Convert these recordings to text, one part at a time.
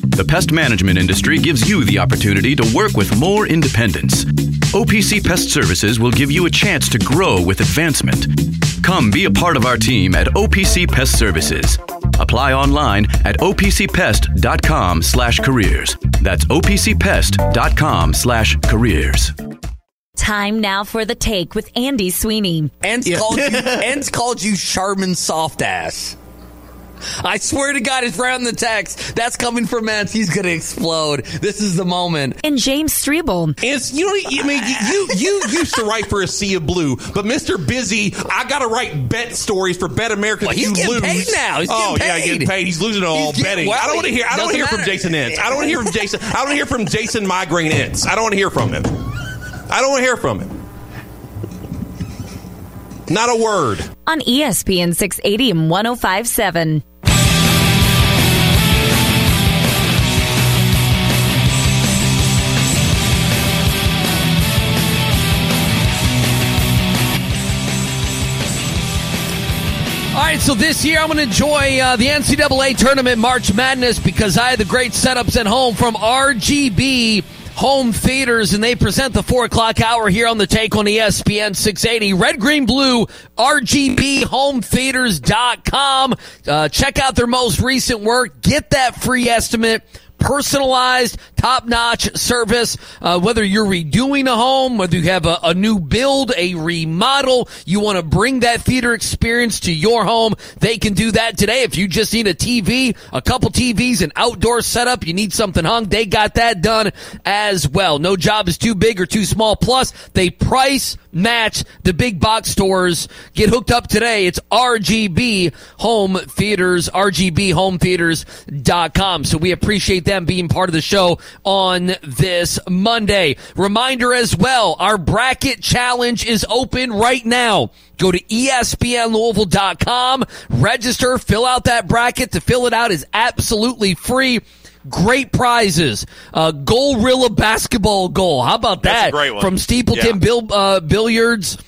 The pest management industry gives you the opportunity to work with more independence. OPC Pest Services will give you a chance to grow with advancement. Come be a part of our team at OPC Pest Services. Apply online at opcpest.com slash careers. That's opcpest.com slash careers. Time now for the take with Andy Sweeney. Ants called you. Ants called you Charmin soft ass. I swear to God, it's right on the text. That's coming from Matt. He's gonna explode. This is the moment. And James Strebel. It's you know I mean you you you used to write for a sea of blue, but Mr. Busy, I gotta write bet stories for Bet America. Well, that he's you getting lose. paid now. He's oh getting yeah, paid. getting paid. He's losing it all getting- betting. I well, don't want to hear. I don't want to hear doesn't from matter. Jason Ince. I don't want to hear from Jason. I don't want to hear from Jason Migraine Ince. I don't want to hear from him. I don't want to hear from him. Not a word. on E ESPN 680 and 1057. All right, so this year I'm going to enjoy uh, the NCAA tournament March Madness because I had the great setups at home from RGB Home Theaters, and they present the four o'clock hour here on the Take on E ESPN 680. Red, green, blue, RGBHomeTheaters.com. Uh, check out their most recent work. Get that free estimate personalized, top notch service. Uh, whether you're redoing a home, whether you have a, a new build, a remodel, you want to bring that theater experience to your home, they can do that today. If you just need a TV, a couple TVs, an outdoor setup, you need something hung, they got that done as well. No job is too big or too small. Plus, they price match the big box stores. Get hooked up today. It's RGB Home Theaters, RGBHomeTheaters.com. So we appreciate them being part of the show on this Monday. Reminder as well, our bracket challenge is open right now. Go to E ESPNLouisville.com, register, fill out that bracket. To fill it out is absolutely free. Great prizes. Uh, Gorilla basketball goal. How about that? That's a great one. From Steepleton Yeah. Bill, uh, Billiards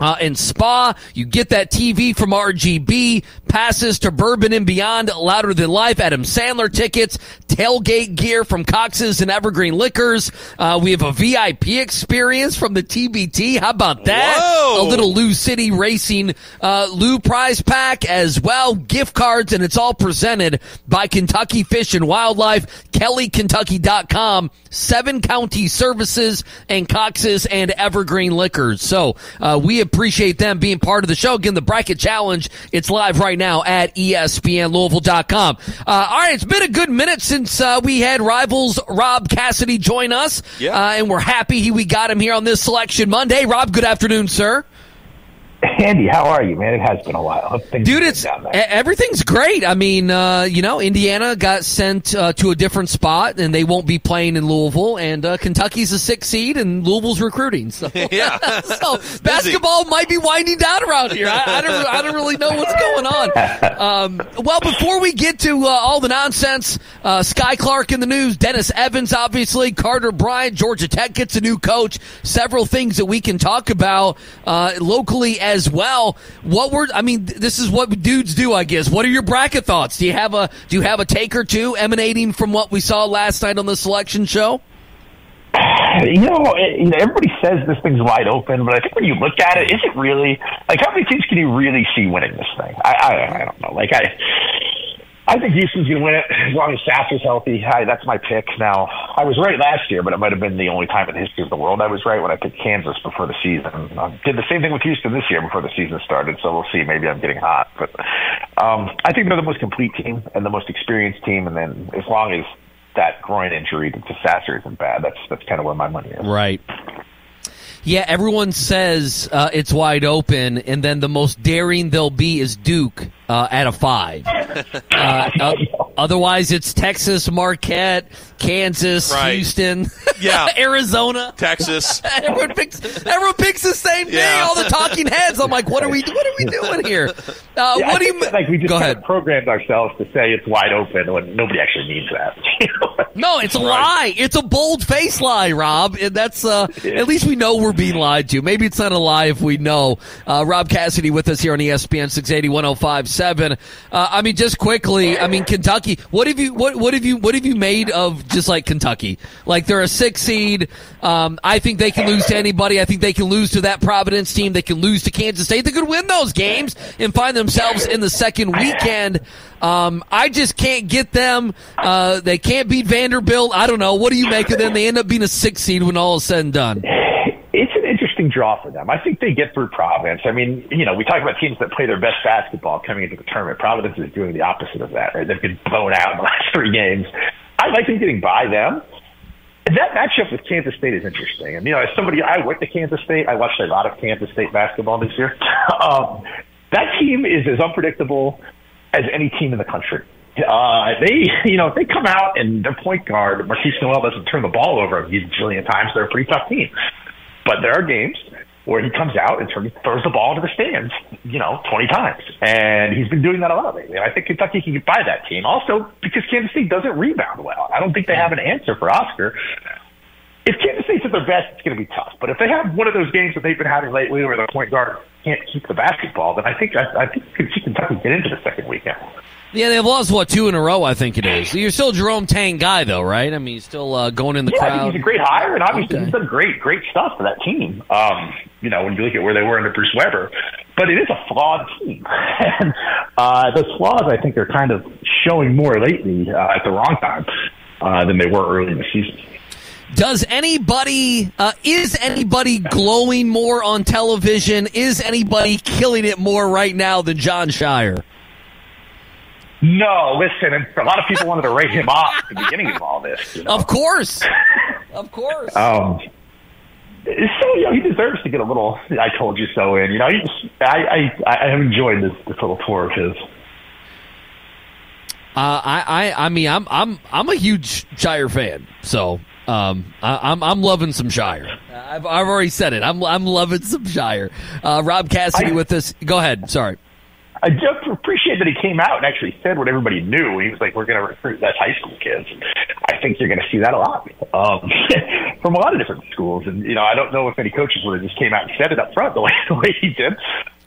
uh, and spa. You get that TV from RGB, passes to Bourbon and Beyond, Louder Than Life, Adam Sandler tickets, tailgate gear from Cox's and Evergreen Liquors. Uh, we have a VIP experience from the TBT. How about that? Whoa! A little Lou City Racing uh, Lou prize pack as well, gift cards, and it's all presented by Kentucky Fish and Wildlife, KellyKentucky.com, Seven County Services, and Cox's and Evergreen Liquors. So uh, we appreciate them being part of the show. Again, the bracket challenge, it's live right now at E ESPNLouisville.com. Uh, all right, it's been a good minute since uh, we had rivals Rob Cassidy join us, Yeah. uh, and we're happy he, we got him here on this Selection Monday. Rob, good afternoon, sir. Andy, how are you, man? It has been a while. Things Dude, are it's good down e- there. everything's great. I mean, uh, you know, Indiana got sent uh, to a different spot, and they won't be playing in Louisville. And uh, Kentucky's a six seed, and Louisville's recruiting. So, Yeah. so basketball might be winding down around here. I, I don't, I don't really know what's going on. Um, well, before we get to uh, all the nonsense, uh, Sky Clark in the news, Dennis Evans, obviously, Carter Bryant, Georgia Tech gets a new coach. Several things that we can talk about uh, locally as well. What were I mean? th- This is what dudes do, I guess. What are your bracket thoughts? Do you have a do you have a take or two emanating from what we saw last night on the selection show? you know, it, you know, everybody says this thing's wide open, but I think when you look at it, is it really like how many teams can you really see winning this thing? I, I, I don't know. Like I, I think Houston's going to win it as long as Sasser's healthy. Hi, that's my pick. Now I was right last year, but it might have been the only time in the history of the world I was right when I picked Kansas before the season. I did the same thing with Houston this year before the season started, so we'll see. Maybe I'm getting hot, but um, I think they're the most complete team and the most experienced team. And then as long as that groin injury to Sasser isn't bad, that's that's kind of where my money is. Right. Yeah, everyone says uh, it's wide open, and then the most daring they'll be is Duke uh, at a five. Uh, o- otherwise, it's Texas, Marquette, Kansas, Right. Houston, Yeah. Arizona. Texas. Everyone picks, everyone picks the same thing. Yeah. All the talking heads. I'm like, what are we? What are we doing here? Uh, Yeah, I what do you? think that, like we just go kinda ahead. programmed ourselves to say it's wide open when nobody actually means that. You know? No, it's a lie. It's a bold face lie, Rob. And that's uh, at least we know we're being lied to. Maybe it's not a lie if we know. Uh, Rob Cassidy with us here on E ESPN 680 1057. Uh, I mean, just quickly, I mean, Kentucky, what have you, what, what have you, what have you made of just like Kentucky? Like they're a six seed. Um, I think they can lose to anybody. I think they can lose to that Providence team. They can lose to Kansas State. They could win those games and find themselves in the second weekend. Um, I just can't get them. Uh, they can't beat Vanderbilt. I don't know. What do you make of them? They end up being a six seed when all is said and done. it's an interesting draw for them. I think they get through Providence. I mean, you know, we talk about teams that play their best basketball coming into the tournament. Providence is doing the opposite of that, right? They've been blown out in the last three games. I like them getting by them. That matchup with Kansas State is interesting. And, you know, as somebody, I went to Kansas State. I watched a lot of Kansas State basketball this year. um, that team is as unpredictable as any team in the country. Uh, they, you know, if they come out and their point guard, Marquise Noel, doesn't turn the ball over a gazillion times, they're a pretty tough team. But there are games where he comes out and turns, throws the ball to the stands, you know, 20 times. And he's been doing that a lot lately. And I think Kentucky can get by that team. Also, because Kansas State doesn't rebound well. I don't think they have an answer for Oscar. If Kansas State's at their best, it's going to be tough. But if they have one of those games that they've been having lately where the point guard can't keep the basketball, then I think I, I think you can see Kentucky get into the second weekend. Yeah, they've lost what two in a row. I think it is. You're still Jerome Tang guy though, right? I mean, he's still uh, going in the Yeah, I think crowd. he's a great hire, and obviously Okay. he's done great, great stuff for that team. Um, you know, when you look at where they were under Bruce Weber, but it is a flawed team, and uh, those flaws I think are kind of showing more lately uh, at the wrong time uh, than they were early in the season. Does anybody uh, is anybody glowing more on television? Is anybody killing it more right now than John Shire? No, listen, and a lot of people wanted to write him off at the beginning of all this. You know? Of course, of course. Um, so you know, he deserves to get a little "I told you so" in. You know, he's, I, I I have enjoyed this, this little tour of his. Uh, I, I, I mean, I'm, I'm, I'm a huge Shire fan, so um, I, I'm, I'm loving some Shire. I've, I've already said it. I'm, I'm loving some Shire. Uh, Rob Cassidy I- with us. Go ahead. Sorry. I just appreciate that he came out and actually said what everybody knew. He was like, "We're going to recruit that high school kids." I think you're going to see that a lot um, from a lot of different schools. And you know, I don't know if any coaches would have just came out and said it up front the way, the way he did.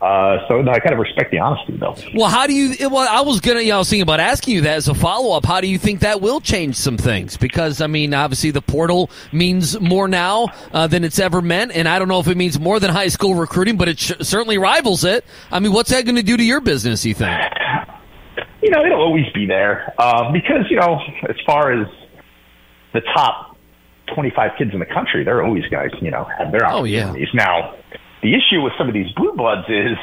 Uh, so no, I kind of respect the honesty, though. Well, how do you? eh, Well, I was gonna. You know, I was thinking about asking you that as a follow up. How do you think that will change some things? Because I mean, obviously, the portal means more now uh, than it's ever meant, and I don't know if it means more than high school recruiting, but it sh- certainly rivals it. I mean, what's that going to do to your business? You think? you know, it'll always be there um, because you know, as far as the top twenty-five kids in the country, they're always going to you know have their Oh, yeah. opportunities. Now, the issue with some of these blue bloods is,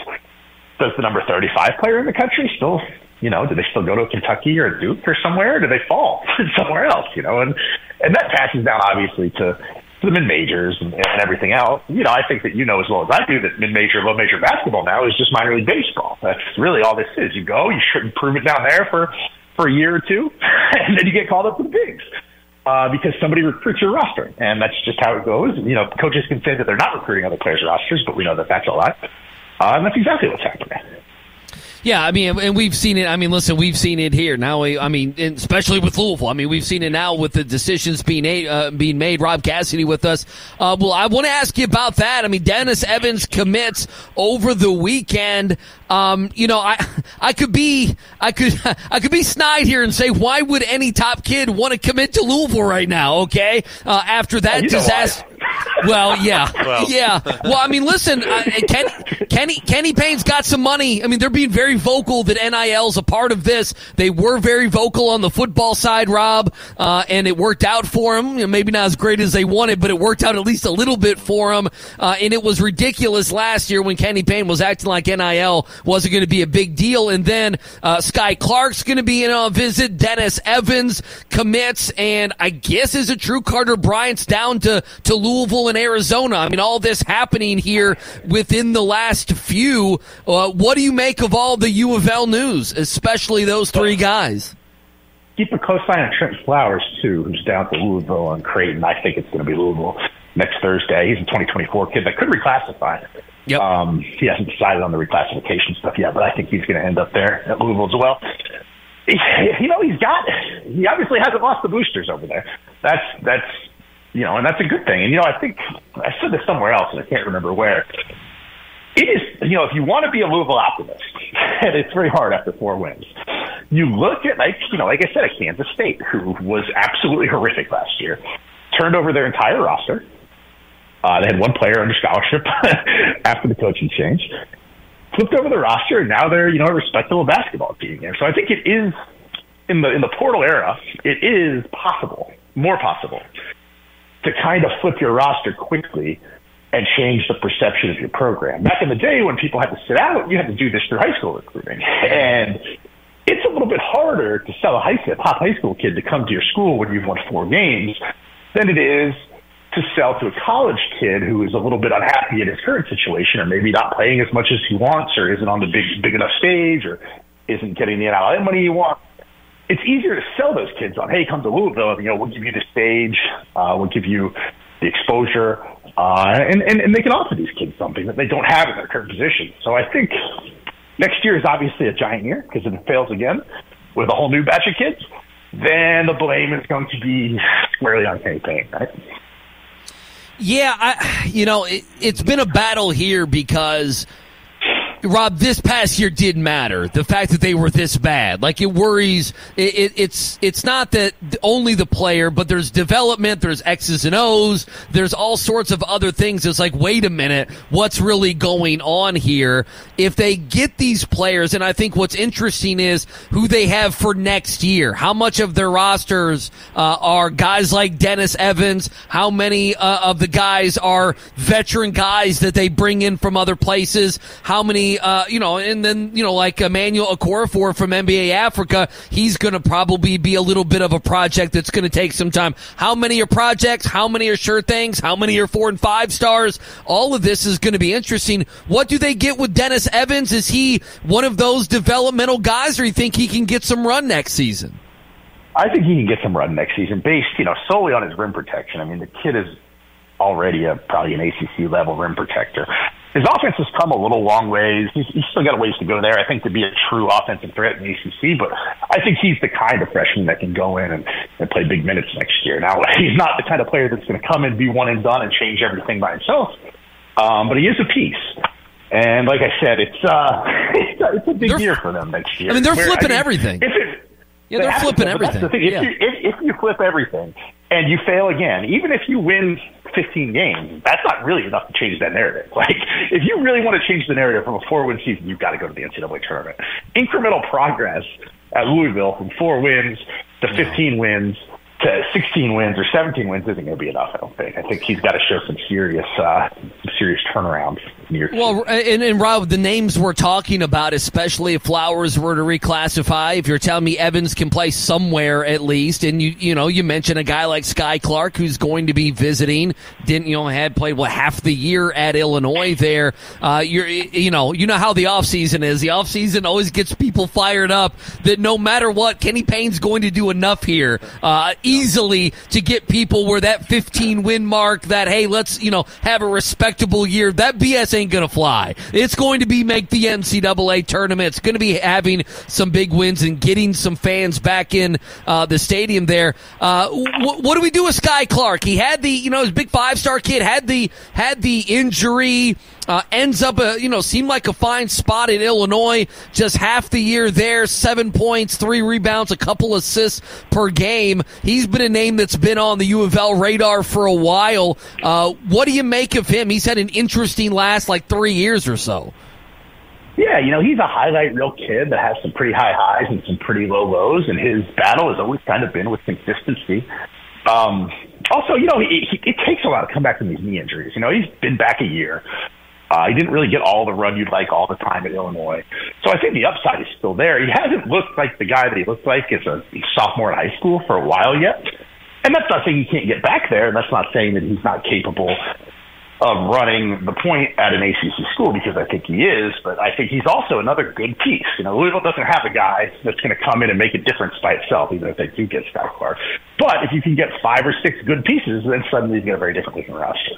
does the number thirty-five player in the country still? You know, do they still go to Kentucky or Duke or somewhere? Or do they fall somewhere else? You know, and and that passes down obviously to to the mid majors and, and everything else. You know, I think that you know as well as I do that mid major, low major basketball now is just minor league baseball. That's really all this is. You go, you should improve it down there for for a year or two, and then you get called up to the bigs. Uh, because somebody recruits your roster, and that's just how it goes. You know, coaches can say that they're not recruiting other players' rosters, but we know that that's a lie, uh, and that's exactly what's happening. Yeah, I mean, and we've seen it. I mean, listen, we've seen it here. Now, we, I mean, and especially with Louisville. I mean, we've seen it now with the decisions being a, uh, being made. Rob Cassidy with us. Uh, well, I want to ask you about that. I mean, Dennis Evans commits over the weekend. Um, you know, I I could be I could I could be snide here and say why would any top kid want to commit to Louisville right now? Okay, uh, after that Oh, You know why. disaster. Well, yeah, yeah. Well, I mean, listen, uh, Kenny, Kenny, Kenny Payne's got some money. I mean, they're being very vocal that NIL's a part of this. They were very vocal on the football side, Rob, uh, and it worked out for them. You know, maybe not as great as they wanted, but it worked out at least a little bit for them. Uh, and it was ridiculous last year when Kenny Payne was acting like NIL wasn't going to be a big deal. And then uh, Sky Clark's going to be in a visit. Dennis Evans commits, and I guess is it true Carter Bryant's down to to Louisville and in Arizona. I mean, all this happening here within the last few. Uh, what do you make of all the U of L news, especially those three guys? Keep a close eye on Trent Flowers too, who's down at the Louisville on Creighton. I think it's going to be Louisville next Thursday. He's a 2024 kid that could reclassify. Yep. Um, he hasn't decided on the reclassification stuff yet, but I think he's going to end up there at Louisville as well. You know, he's got. He obviously hasn't lost the boosters over there. That's that's you know, and that's a good thing. And you know, I think I said this somewhere else, and I can't remember where. It is, you know, if you want to be a Louisville optimist, and it's very hard after four wins. You look at like you know, like I said, at Kansas State, who was absolutely horrific last year, turned over their entire roster. Uh, they had one player under scholarship after the coaching change. Flipped over the roster, and now they're you know a respectable basketball team there. So I think it is in the in the portal era, it is possible, more possible, to kind of flip your roster quickly and change the perception of your program. Back in the day when people had to sit out, you had to do this through high school recruiting. And it's a little bit harder to sell a high school, top high school kid to come to your school when you've won four games than it is to sell to a college kid who is a little bit unhappy in his current situation or maybe not playing as much as he wants or isn't on the big, big enough stage or isn't getting the NIL money he wants it's easier to sell those kids on, hey, come to Louisville, you know, we'll give you the stage, uh, we'll give you the exposure, uh, and, and, and they can offer these kids something that they don't have in their current position. So I think next year is obviously a giant year because if it fails again with a whole new batch of kids, then the blame is going to be squarely on Kenny Payne, right? Yeah, I, you know, it, it's been a battle here because Rob, this past year did matter. The fact that they were this bad, like it worries. It, it, it's it's not that only the player, but there's development, there's X's and O's, there's all sorts of other things. It's like, wait a minute, what's really going on here? If they get these players, and I think what's interesting is who they have for next year. How much of their rosters uh, are guys like Dennis Evans? How many uh, of the guys are veteran guys that they bring in from other places? How many, uh, you know, and then, you know, like Emmanuel Okorafor from NBA Africa, he's going to probably be a little bit of a project that's going to take some time. How many are projects? How many are sure things? How many are four and five stars? All of this is going to be interesting. What do they get with Dennis Evans? Is he one of those developmental guys or you think he can get some run next season? I think he can get some run next season based, you know, solely on his rim protection. I mean, the kid is already a probably an ACC level rim protector. His offense has come a little long ways. He's, he's still got a ways to go there, I think, to be a true offensive threat in the ACC. But I think he's the kind of freshman that can go in and, and play big minutes next year. Now, he's not the kind of player that's going to come and be one and done and change everything by himself. Um, but he is a piece. And like I said, it's uh, it's a, it's a big They're- year for them next year. I mean, they're Where- flipping everything. If it, Yeah, they're they have to flipping flip it. That's the everything. thing. If, Yeah. you, if, if you flip everything and you fail again, even if you win 15 games, that's not really enough to change that narrative. Like, if you really want to change the narrative from a four-win season, you've got to go to the NCAA tournament. Incremental progress at Louisville from four wins to 15 wins to 16 wins or 17 wins isn't going to be enough. I don't think. I think he's got to show some serious, uh, some serious turnaround. Near Well, uh, and, and Rob, the names we're talking about, especially if Flowers were to reclassify, if you're telling me Evans can play somewhere at least, and you you know you mentioned a guy like Sky Clark who's going to be visiting, didn't you know had played what half the year at Illinois there. Uh, you're you know you know how the offseason is. The offseason always gets people fired up that no matter what, Kenny Payne's going to do enough here uh, easily to get people where that 15 win mark, that hey, let's you know have a respectable year. That BS ain't gonna fly. It's going to be make the NCAA tournament. It's going to be having some big wins and getting some fans back in uh, the stadium there. Uh, wh- what do we do with Sky Clark? He had the you know his big five star kid had the had the injury. Uh, ends up, uh, you know, seemed like a fine spot in Illinois. Just half the year there, seven points, three rebounds, a couple assists per game. He's been a name that's been on the U of L radar for a while. Uh, what do you make of him? He's had an interesting last like three years or so. Yeah, you know, he's a highlight reel kid that has some pretty high highs and some pretty low lows, and his battle has always kind of been with consistency. Um, also, you know, he, he, it takes a lot to come back from these knee injuries. You know, he's been back a year. Uh, he didn't really get all the run you'd like all the time at Illinois. So I think the upside is still there. He hasn't looked like the guy that he looked like as a sophomore in high school for a while yet. And that's not saying he can't get back there. And that's not saying that he's not capable of running the point at an ACC school because I think he is. But I think he's also another good piece. You know, Louisville doesn't have a guy that's going to come in and make a difference by itself, even if they do get Scott Clark. But if you can get five or six good pieces, then suddenly you've got a very different looking roster.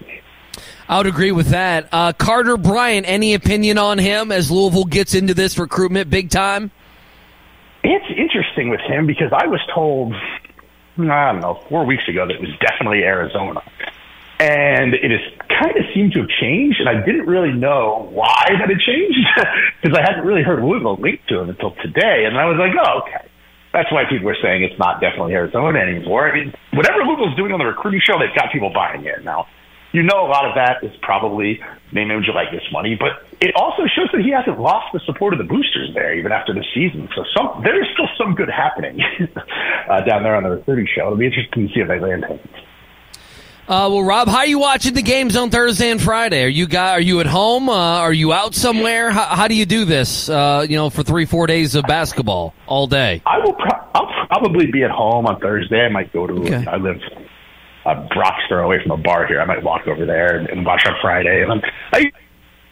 I would agree with that. Uh, Carter Bryant, any opinion on him as Louisville gets into this recruitment big time? It's interesting with him because I was told, I don't know, four weeks ago that it was definitely Arizona. And it has kind of seemed to have changed, and I didn't really know why that had changed because I hadn't really heard Louisville linked to him until today. And I was like, oh, okay. That's why people are saying it's not definitely Arizona anymore. I mean, whatever Louisville's doing on the recruiting show, they've got people buying it now you know a lot of that is probably name would you like this money, but it also shows that he hasn't lost the support of the boosters there even after the season. So some there is still some good happening uh, down there on the recruiting show. It'll be interesting to see if they land him. Uh, well, Rob, how are you watching the games on Thursday and Friday? Are you guy? Are you at home? Uh, are you out somewhere? How, how do you do this? Uh, you know, for three, four days of basketball all day. I will. Pro- I'll probably be at home on Thursday. I might go to. Okay. I live a Brock's throw away from a bar here. I might walk over there and, and watch on Friday. And I'm, I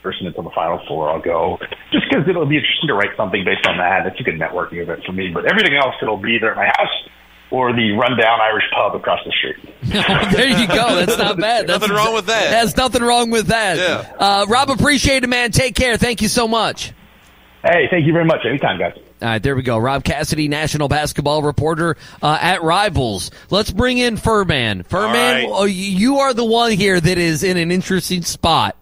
person until the final four. I'll go just because it'll be interesting to write something based on that. It's a good networking event for me. But everything else, it'll be either at my house or the rundown Irish pub across the street. there you go. That's not bad. That's Nothing wrong with that. That's nothing wrong with that. Yeah. Uh, Rob, appreciate it, man. Take care. Thank you so much. Hey, thank you very much. Anytime, guys. All right, there we go. Rob Cassidy, national basketball reporter uh, at Rivals. Let's bring in Furman. Furman, All right. oh, you- you are the one here that is in an interesting spot.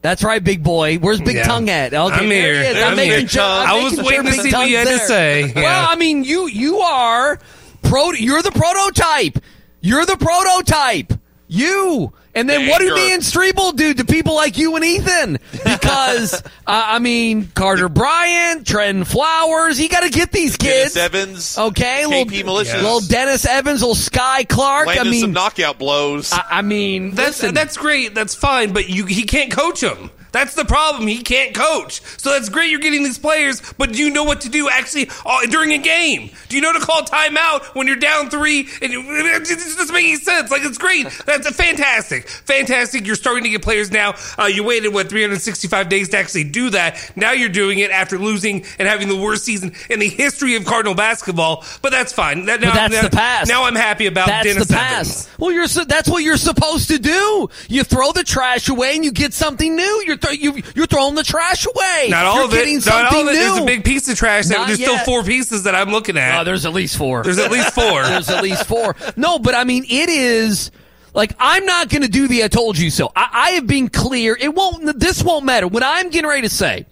That's right, big boy. Where's Big Yeah. Tongue at? Okay, I'm there he here. is. I'm, I'm making here. sure. I'm I making was sure waiting to Big see what you Tongue's had to there. say. Well, Yeah. I mean, you you are pro. You're the prototype. You're the prototype. You. And then what do Anger. me and Strebel do to people like you and Ethan? Because uh, I mean, Carter Bryant, Trenton Flowers. You got to get these kids. Oh, Dennis Evans. Okay, KP little, Militias. little Dennis Evans, little Sky Clark. I Landed some mean, knockout blows. I, I mean, That's listen, that's great. That's fine, but you he can't coach them. That's the problem. He can't coach. So that's great. You're getting these players, but do you know what to do actually uh, during a game? Do you know to call timeout when you're down three? And you, it just doesn't make any sense. Like it's great. That's fantastic, fantastic. You're starting to get players now. Uh, you waited what 365 days to actually do that. Now you're doing it after losing and having the worst season in the history of Cardinal basketball. But that's fine. That, now, But that's now, the past. Now I'm happy about that's Dennis the pass. Evans. Well, you're su- that's what you're supposed to do. You throw the trash away and you get something new. You're th- you, you're throwing the trash away. Not all you're of it. Getting Not something all of it. new. There's a big piece of trash. Not That, there's yet. still four pieces that I'm looking at. Oh, there's at least four. there's at least four. there's at least four. No, but I mean, it is like I'm not going to do the "I told you so." I, I have been clear. It won't. This won't matter. When I'm getting ready to say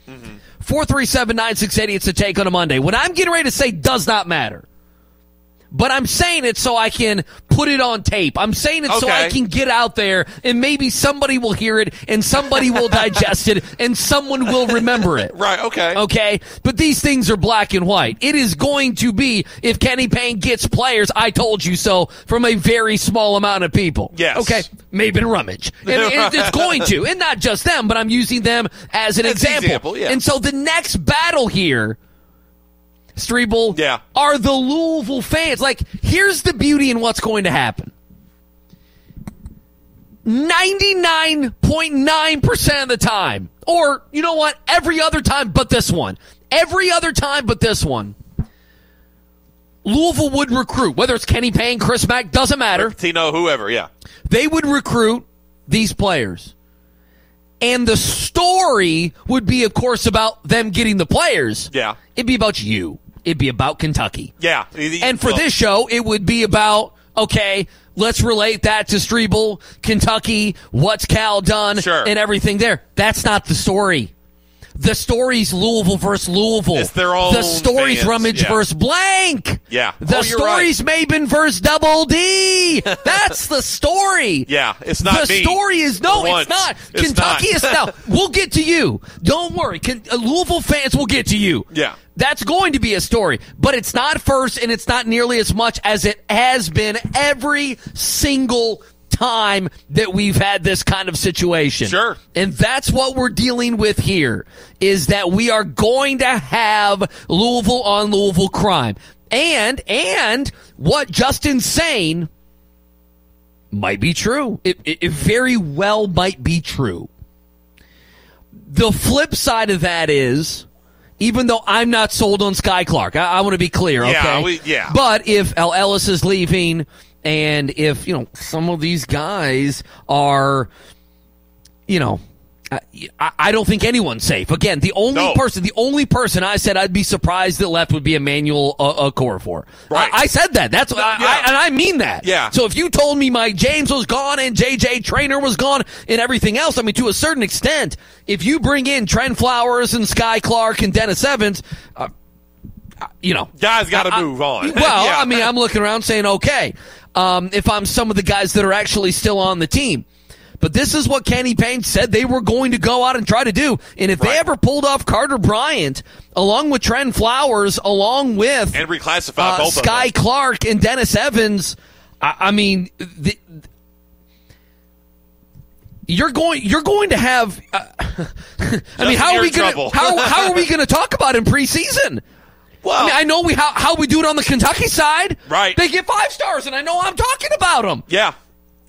four three seven nine six eighty, it's a take on a Monday. What I'm getting ready to say does not matter. But I'm saying it so I can put it on tape. I'm saying it so I Okay. can get out there and maybe somebody will hear it and somebody will digest it and someone will remember it. right, okay. Okay, but these things are black and white. It is going to be if Kenny Payne gets players, I told you so, from a very small amount of people. Yes. Okay, maybe in rummage. And it- it's going to, and not just them, but I'm using them as an As an example. example, yeah. And so the next battle here. Strebel, Yeah. are the Louisville fans. Like, here's the beauty in what's going to happen. 99.9% of the time, or you know what, every other time but this one, every other time but this one, Louisville would recruit, whether it's Kenny Payne, Chris Mack, doesn't matter. Tino, whoever, yeah. They would recruit these players. And the story would be, of course, about them getting the players. Yeah. It'd be about you. It'd be about Kentucky. Yeah. And for Well, this show, it would be about okay. Let's relate that to Strebel, Kentucky. What's Cal done? Sure. And everything there. That's not the story. The story's Louisville versus Louisville. It's their own The story's fans, Rummage yeah. versus Blank. Yeah. The Oh, you're story's Maben versus Double D. That's the story. Yeah, it's not The me. story is no, For it's once. not. It's Kentucky not. is now. We'll get to you. Don't worry. Can, uh, Louisville fans will get to you. Yeah. That's going to be a story, but it's not first and it's not nearly as much as it has been every single time that we've had this kind of situation. Sure. And that's what we're dealing with here is that we are going to have Louisville on Louisville crime. And and what Justin's saying might be true. It, it, it very well might be true. The flip side of that is, even though I'm not sold on Sky Clark, I, I want to be clear. Okay, Yeah, we- yeah. But if L. Ellis is leaving, and if you know some of these guys are, you know. I, I- I don't think anyone's safe. Again, the only No. person, the only person I said I'd be surprised that left would be Emmanuel uh, Okorafor. Right. I, I said that. That's I, yeah. I, and I mean that. Yeah. So if you told me Mike James was gone and JJ Trainer was gone and everything else, I mean, to a certain extent, if you bring in Trent Flowers and Sky Clark and Dennis Evans, uh, uh, you know, Guys got I- to move on. Well, Yeah. I mean, I'm looking around saying, okay, um, if I'm some of the guys that are actually still on the team. But this is what Kenny Payne said they were going to go out and try to do. And if they Right. ever pulled off Carter Bryant, along with Trent Flowers, along with and reclassify uh, both of Sky them. Clark and Dennis Evans. I, I mean, the, you're going you're going to have. Uh, I mean, how are you're we in going trouble. to how, how are we going to talk about in preseason? Well, I mean, I know we how, how we do it on the Kentucky side. Right. They get five stars, and I know I'm talking about them. yeah.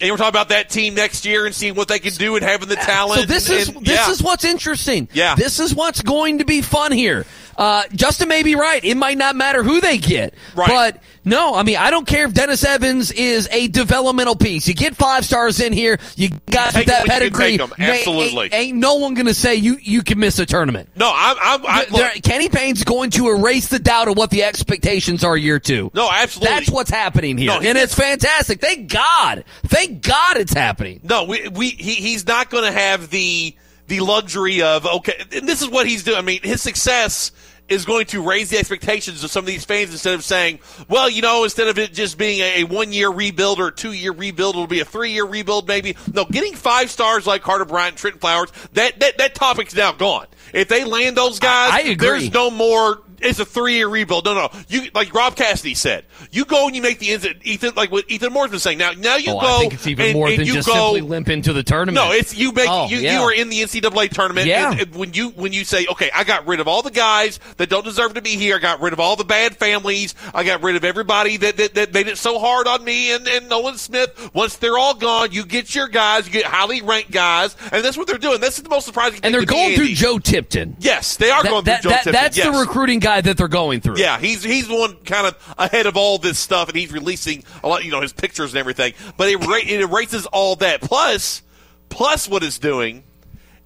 And we're talking about that team next year and seeing what they can do and having the Uh, talent. So this and- is and- this yeah. is what's interesting. Yeah. This is what's going to be fun here. Uh, Justin may be right. It might not matter who they get. Right. But no, I mean, I don't care if Dennis Evans is a developmental piece. You get five stars in here. You guys with Take that them when you can pedigree. take 'em. they- ain't- Absolutely. Ain't, no one going to say you, you can miss a tournament. no. I'm. I'm I, Th- look, there- Kenny Payne's going to erase the doubt of what the expectations are year two. no, absolutely. That's what's happening here. No, he- and it's fantastic. Thank God. Thank God it's happening. No, we, we he, he's not going to have the the luxury of okay. And this is what he's doing. I mean, his success is going to raise the expectations of some of these fans instead of saying, well, you know, instead of it just being a, a one year rebuild or a two year rebuild, it'll be a three year rebuild maybe. No, getting five stars like Carter Bryant, and Trenton Flowers, that, that that topic's now gone. If they land those guys, I- I agree. there's no more. It's a three-year rebuild. No, no. You like Rob Cassidy said. You go and you make the ends. Ethan, like what Ethan Moore's been saying. Now, now you Oh, go. I think it's even and- more and than you just go, simply limp into the tournament. no, it's you make Oh, you, yeah. you are in the NCAA tournament. Yeah. and- and when you when you say, okay, I got rid of all the guys that don't deserve to be here. I got rid of all the bad families. I got rid of everybody that that, that made it so hard on me and, and Nolan Smith. Once they're all gone, you get your guys. You get highly ranked guys, and that's what they're doing. That's the most surprising. thing and they're to me, going Andy. through Joe Tipton. Yes, they are That- going that- through Joe that- Tipton. that's yes. the recruiting guy that they're going through. Yeah, he's he's the one kind of ahead of all this stuff, and he's releasing a lot, you know, his pictures and everything. But it, ra- it erases all that. Plus, plus what it's doing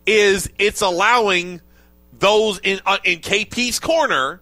is it's allowing those in uh, in KP's corner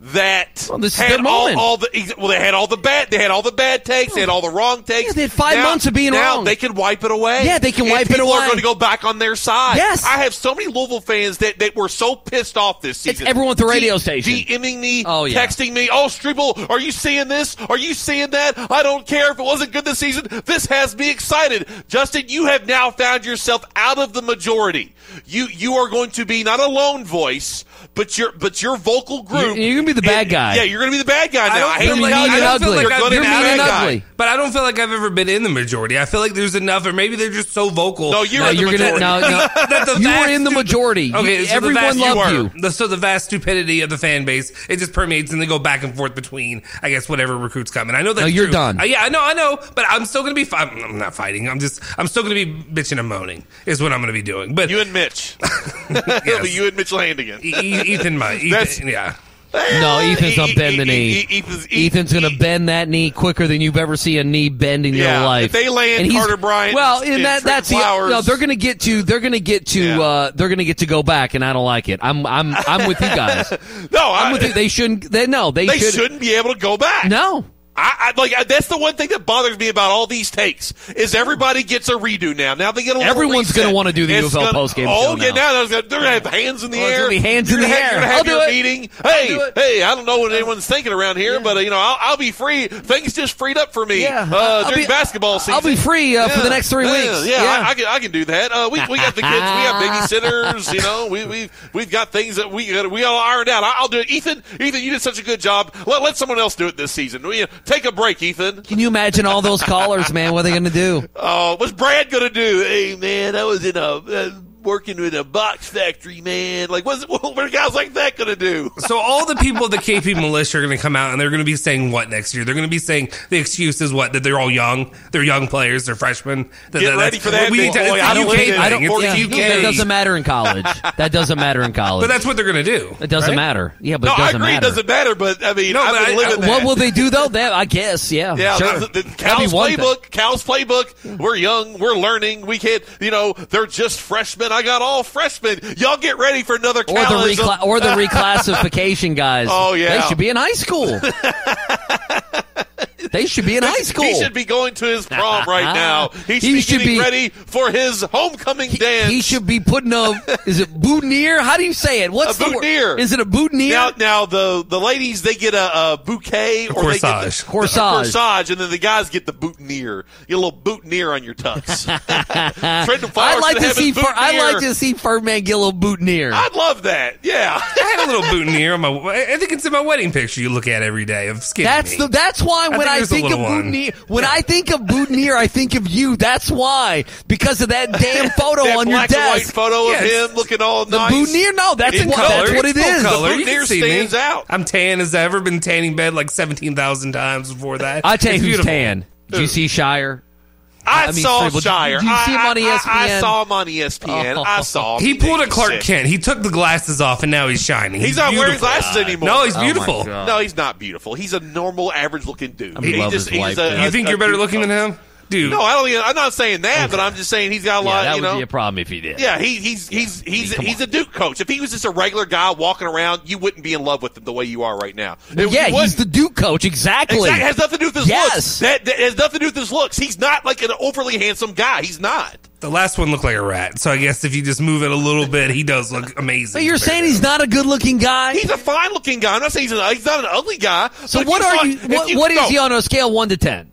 that Well, this is had their moment. all, all the ex- well, they had all the bad, they had all the bad takes, they had all the wrong takes. Yeah, they had five Now- months of being now wrong. They can wipe it away. Yeah, they can And wipe it people away. Are going to go back on their side. Yes. I have so many Louisville fans that, that were so pissed off this It's season. everyone at the radio station. DMing me, Oh, yeah. texting me, oh, Strebel, are you seeing this? Are you seeing that? I don't care if it wasn't good this season. This has me excited. Justin, you have now found yourself out of the majority. You you are going to be not a lone voice, but your but your vocal group. You're- you're gonna be the bad it- guy. Yeah, you're going to be the bad guy I now. don't I feel hate like- to tell I you, don't feel ugly. like I've been You're gonna You're be out mean of the and that bad guy. ugly. But I don't feel like I've ever been in the majority. I feel like there's enough, or maybe they're just so vocal. No, you're No, in the you're gonna, majority. no, no. That the you were vast in the stupi- majority. You- Okay, so the everyone vast- loved you. you. were. The- So the vast stupidity of the fan base, it just permeates, and they go back and forth between, I guess, whatever recruits come. And I know that's No, you're true. done. Uh, yeah, I know, I know, but I'm still gonna be. Fi- I'm, I'm not fighting. I'm just. I'm still gonna be bitching and moaning. Is what I'm gonna be doing. But You and Mitch. It'll be you and Mitch Landigan. E- E- Ethan might. That's- Ethan, yeah. No, Ethan's gonna E- bend the E- knee. E- Ethan's, E- Ethan's going to E- bend that knee quicker than you've ever seen a knee bend in your Yeah, life. if they land he's- Carter Bryant well, and- and and that, Trent that's the, Flowers. no. They're going to get to they're going to get to Yeah. uh, they're going to get to go back, and I don't like it. I'm I'm I'm with you guys. No, I'm I- with you. They shouldn't. They no. They, they should. shouldn't be able to go back. No. I, I like I, that's the one thing that bothers me about all these takes is everybody gets a redo now. Now they get a little Everyone's reset. gonna wanna do the It's UFL gonna- postgame Oh show yeah, now. now they're gonna, they're gonna have hands in the Oh, it's air. gonna be hands You're in the gonna have- air. You're gonna have I'll your do it. meeting. do Hey, it. hey, I don't know what anyone's thinking around here, but uh, you know I'll, I'll be free. Things just freed up for me Yeah. uh, I'll during be- basketball season. I'll be free uh, for the next three yeah, weeks. Yeah, I, I can I can do that. Uh, we we got the kids. We have babysitters. You know, we we we've got things that we uh, we all ironed out. I, I'll do it. Ethan, Ethan, you did such a good job. Let, let someone else do it this season. We, uh, take a break, Ethan. Can you imagine all those callers, man? What are they going to do? Uh, what's Brad gonna do? Hey man, I was in a. Uh, working with a box factory, man. Like, what's, what are guys like that going to do? So all the people of the KP militia are going to come out and they're going to be saying what next year? They're going to be saying the excuse is what that they're all young, they're young players, they're freshmen. That, Get ready that's- for that, We need to, boy. it's the I don't UK wanna do thing. it. I don't- It's the Yeah, UK. That doesn't matter in college. That doesn't matter in college. But that's what they're going to do. it doesn't right? matter. Yeah, but No, it I doesn't agree it matter. doesn't matter, but I mean, No, I've but been I- living I- that. What will they do though? That I guess. Yeah. Yeah, sure. that's the, the That'd be Cal's one thing. playbook. Cal's playbook. We're young. We're learning. We can't. You know, they're just freshmen. I got all freshmen. Y'all get ready for another uh, Or the, Calism. recla- or the reclassification guys. Oh, yeah. They should be in high school. they should be in high school. He should be going to his prom right now. He should He be should getting be- ready for his homecoming He- dance. He should be putting a is it boutonniere? How do you say it? What's A the word? boutonniere. Is it a boutonniere? Now, now the the ladies they get a, a bouquet or they get corsage. the, Corsage. the corsage, and then the guys get the boutonniere. You get a little boutonniere on your tux. Trenton I'd Flowers like should to have see. his Fer- I'd like boutonniere. to see Ferdinand Gillo boutonniere. I'd love that. Yeah. I had a little boutonniere on my. I I think it's in my wedding picture. You look at every day of skinny. That's me. the. That's why when think I there's a think, of little one. boutonniere, when I think of boutonniere, I think of you. That's why because of that damn photo that on your black and white desk. photo Yes. of him looking all The nice. boutonniere. No, that's In what. That's color. what it It's full is. color. The You can boutonniere see me. stands out. I'm tan as ever. Been tanning bed like seventeen thousand times before that. I tell you It's who's beautiful. tan. Did you see Shire? I, I mean, saw Sable, did- Shire. did you see him I- on I- E I, I ESPN? saw him on E ESPN. I saw him. Oh. He pulled a He's Clark sick. Kent. He took the glasses off, and now he's shining. He's not wearing beautiful. glasses anymore. No, he's Oh, beautiful. God. No, he's not beautiful. He's a normal, average-looking dude. he love just, his he's wife, a, dude. you think a- you're better a- looking than him, dude? No, I don't. Even, I'm not saying that, but I'm just saying he's got a yeah, lot. that you would know, be a problem if he did. yeah, he, he's he's he's come he's a Duke coach. If he was just a regular guy walking around, you wouldn't be in love with him the way you are right now. You yeah, he's wouldn't. the Duke coach. Exactly. Exactly. It has nothing to do with his Yes. looks. That, that has nothing to do with his looks. He's not like an overly handsome guy. He's not. the last one looked like a rat. So I guess if you just move it a little bit, he does look amazing. So you're saying he's not a good-looking guy? He's a fine-looking guy. I'm not saying he's, an, he's not an ugly guy. So but what if are saw- you? if What, what is no, he on a scale one to ten?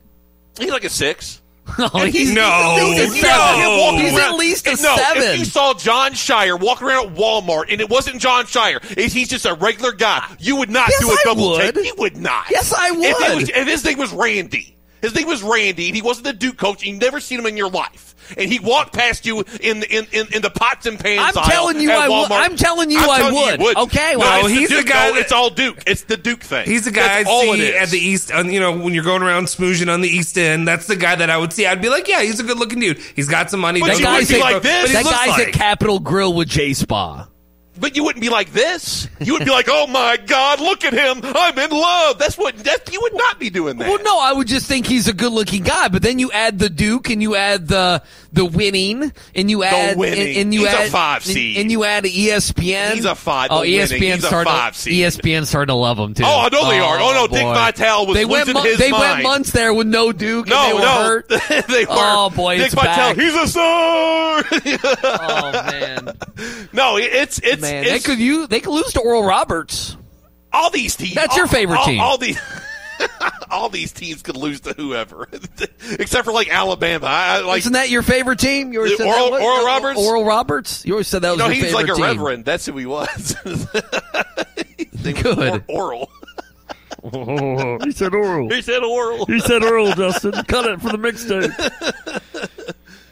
He's like a six. No, Oh, he's No, he's, no. a seven. Walking He's around- at least a if- no, If seven. you saw John Shire walking around at Walmart and it wasn't John Shire, if he's just a regular guy, you would not Yes, do a I double would. take. You would not. Yes, I If, it would. was, if his name was Randy, his name was Randy, and he wasn't the Duke coach, and you never seen him in your life, and he walked past you in in in, in the pots and pans. I'm aisle telling you at I would- Walmart, I'm telling you I'm I telling you would. Okay, No, well, it's he's the Duke, guy though. that- it's all Duke. It's the Duke thing. He's the guy That's I all it see is. at the East, on, you know, when you're going around smoozing on the East End. That's the guy that I would see. I'd be like, yeah, he's a good looking dude. He's got some money. But doesn't you work wouldn't be for- like this. but he that looks guy's like- at Capitol Grill with J Spa. But you wouldn't be like this. You would be like, "Oh my God, look at him! I'm in love." That's what that, you would not be doing that. Well, no, I would just think he's a good-looking guy, but then you add the Duke and you add the the winning and you add winning. And, and you He's a add five and- seed. And, you add E ESPN. He's a five, Oh, the winning. ESPN He's a starting. E five seed. ESPN starting to love him too. Oh, I know they are. Oh, no, Dick Vitale was they went, losing mon- his They mind. went months there with no Duke. and No, they were no, hurt. they were. Oh, boy, Dick it's Vitale, back. he's a star. Oh man, no, it- it's it's, man, they it's could you they could lose to Oral Roberts. all these teams. That's all- your favorite all- team. All these. All these teams could lose to whoever, except for like Alabama. I, I, like Isn't that your favorite team? You always The said Oral- that was- Oral Roberts? Oral Roberts. You always said that was no, your he's like favorite a team. reverend. That's who he was. They were Good. or- oral. He said Oral. He said oral. He said Earl, Justin. Cut it for the mixtape.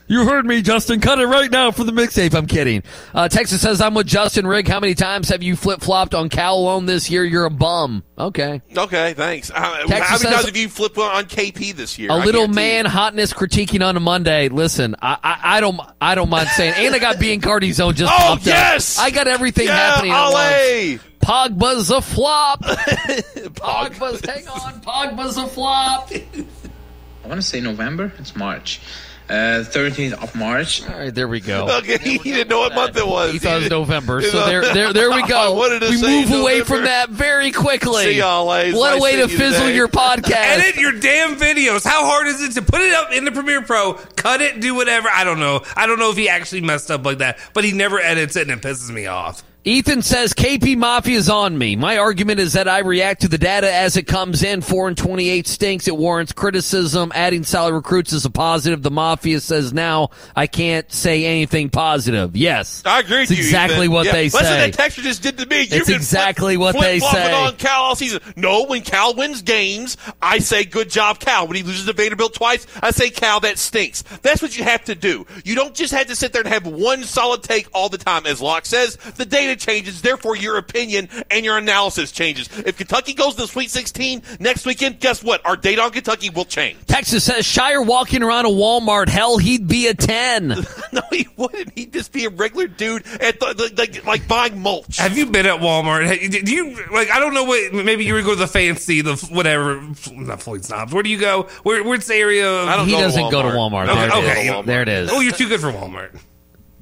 You heard me, Justin. Cut it right now for the mixtape. I'm kidding. Uh, Texas says, I'm with Justin Rigg. How many times have you flip flopped on Cal alone this year? You're a bum. Okay. Okay, thanks. Uh, Texas how many says- times have you flipped on KP this year? A I little guarantee man you. hotness critiquing on a Monday. Listen, I, I, I don't I don't mind saying. And I got B and Cardi zone just Oh, popped up. yes! I got everything happening. Yeah, at once. Ole. Pogba's a flop. Pogba's hang on. Pogba's a flop. I want to say November. It's March. Uh, 13th of March. All right, there we go. Okay, he didn't know what month it was. He thought it was November, He so thought- there, there, there we I go. wanted to we say move away November. from that very quickly. See y'all, ladies. What Nice a way to seeing you fizzle today. your podcast. Edit your damn videos. How hard is it to put it up in the Premiere Pro, cut it, do whatever? I don't know. I don't know if he actually messed up like that, but he never edits it and it pisses me off. Ethan says KP Mafia is on me. My argument is that I react to the data as it comes in. Four and twenty-eight stinks. It warrants criticism. Adding solid recruits is a positive. The Mafia says now I can't say anything positive. Yes, I agree It's with you. exactly Ethan. what Yeah. they Listen, say. that texture just did to me. You've It's been exactly what they flip-flopping say. on Cal all season. No, when Cal wins games, I say good job, Cal. When he loses to Vanderbilt twice, I say Cal, that stinks. That's what you have to do. You don't just have to sit there and have one solid take all the time. As Locke says, the data changes, therefore your opinion and your analysis changes. If Kentucky goes to the Sweet 16 next weekend, guess what? Our data on Kentucky will change. Texas says Shire walking around a Walmart. Hell, he'd be a ten. no, he wouldn't. He'd just be a regular dude at the, the, like like buying mulch. Have you been at Walmart? Ha- Do you like? I don't know what. Maybe you would go to the fancy, the f- whatever. f- Not Floyd Snobs. Where do you go? Where, where's the area? Of, I don't he go to doesn't go to Walmart. Walmart. There, Okay, it is. okay. there it is. Oh, you're too good for Walmart.